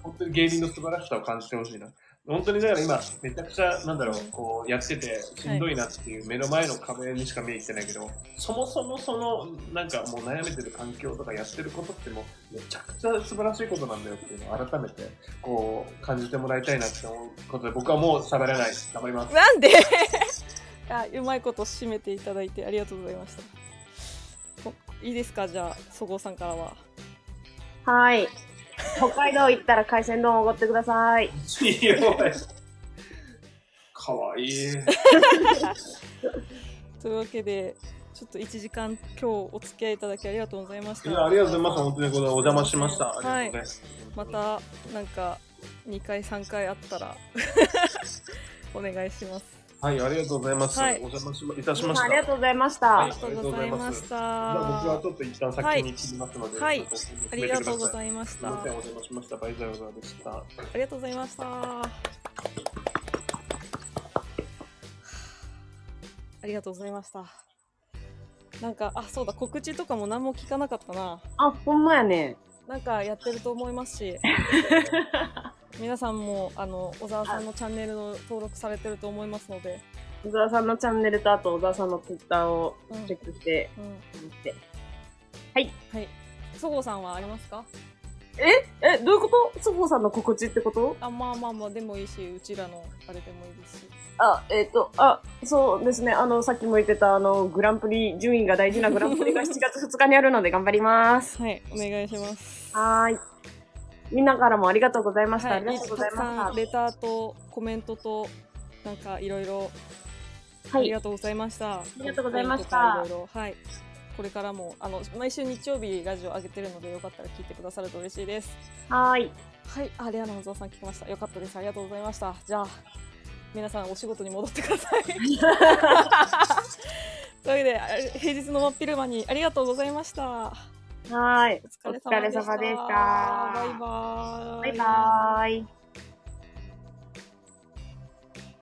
S3: 本当に芸人の素晴らしさを感じてほしいな。本当にだから今、めちゃくちゃ、なんだろう、こう、やってて、しんどいなっていう、目の前の壁にしか見えてないけど、そもそもその、なんかもう悩めてる環境とかやってることってもう、めちゃくちゃ素晴らしいことなんだよっていうのを改めて、こう、感じてもらいたいなって思うことで、僕はもう喋らない。頑張ります。
S1: なんで あうまいこと締めていただいてありがとうございました。おいいですかじゃあ、そごうさんからは。
S2: はい。北海道行ったら海鮮丼おごってください。
S3: いやおいかわいい。
S1: というわけで、ちょっと1時間今日お付き合いいただきありがとうございまし
S3: い
S1: た。
S3: や、ありがとうございます。本当にこれお邪魔しました。ありが
S1: は
S3: とう
S1: い
S3: ございます。
S1: また、なんか、2回、3回あった ら、お願いします。
S3: はい、ありがとうございます。
S1: はい
S3: お邪魔しまいたし
S2: 皆
S3: ま
S2: さん
S3: し
S2: あ
S3: た
S2: り。がとうございまし
S1: あ
S2: た
S3: は
S1: り
S3: い。
S1: がとうございました。
S3: じゃあ僕はちょっと一旦先に切りますので、
S1: はい
S3: ちょっと進め
S1: あ
S3: て
S1: り
S3: くだ
S1: が
S3: さ
S1: とうご
S3: い
S1: ざいまし
S3: すみ
S1: た。
S3: ま
S1: あ
S3: せん、お邪魔しました。バイザルザーでした。
S1: りがとうございました。ありがとうございました。なんか、あ、そうだ、告知とかも何も聞かなかったな。
S2: あ、ほんまやね。
S1: なんかやってると思います し皆さんもあの小沢さんのチャンネルの登録されてると思いますので
S2: 小沢さんのチャンネルと、あと小沢さんのツイッターをチェックして、
S1: うん
S2: 見て。
S1: はい。そごうさんはありますか
S2: え、どういうことそぼうさんの心地ってこと
S1: あ、まあまあまあ、でもいいし、うちらのあれでもいいですし。
S2: あ、えっ、と、あ、そうですね。あの、さっきも言ってた、あの、グランプリ、順位が大事なグランプリが7月2日にあるので頑張ります。
S1: はい、お願いします。
S2: はーい。みんなからもありがとうございました。
S1: は
S2: ありがとうござい
S1: たくさ
S2: ま
S1: ん
S2: し
S1: レターとコメントと、なんかいろいろ
S2: た。は
S1: あり
S2: い。
S1: がとうございました。あ
S2: りがとうございました
S1: いろいろ、はい。これからも、あの、毎週日曜日ラジオ上げてるので、よかったら聞いてくださると嬉しいです。
S2: はーい。
S1: はい、あ、レアの小沢さん聞きました。よかったです。ありがとうございました。じゃあ、皆さんお仕事に戻ってくだ さい。というわけで、あ平日の真っ昼間にありがとうございました。
S2: はーい。
S1: お疲れ
S2: お疲
S1: 様
S2: れ
S1: でした。
S2: 様でした
S1: バイバー
S2: バイバーイ。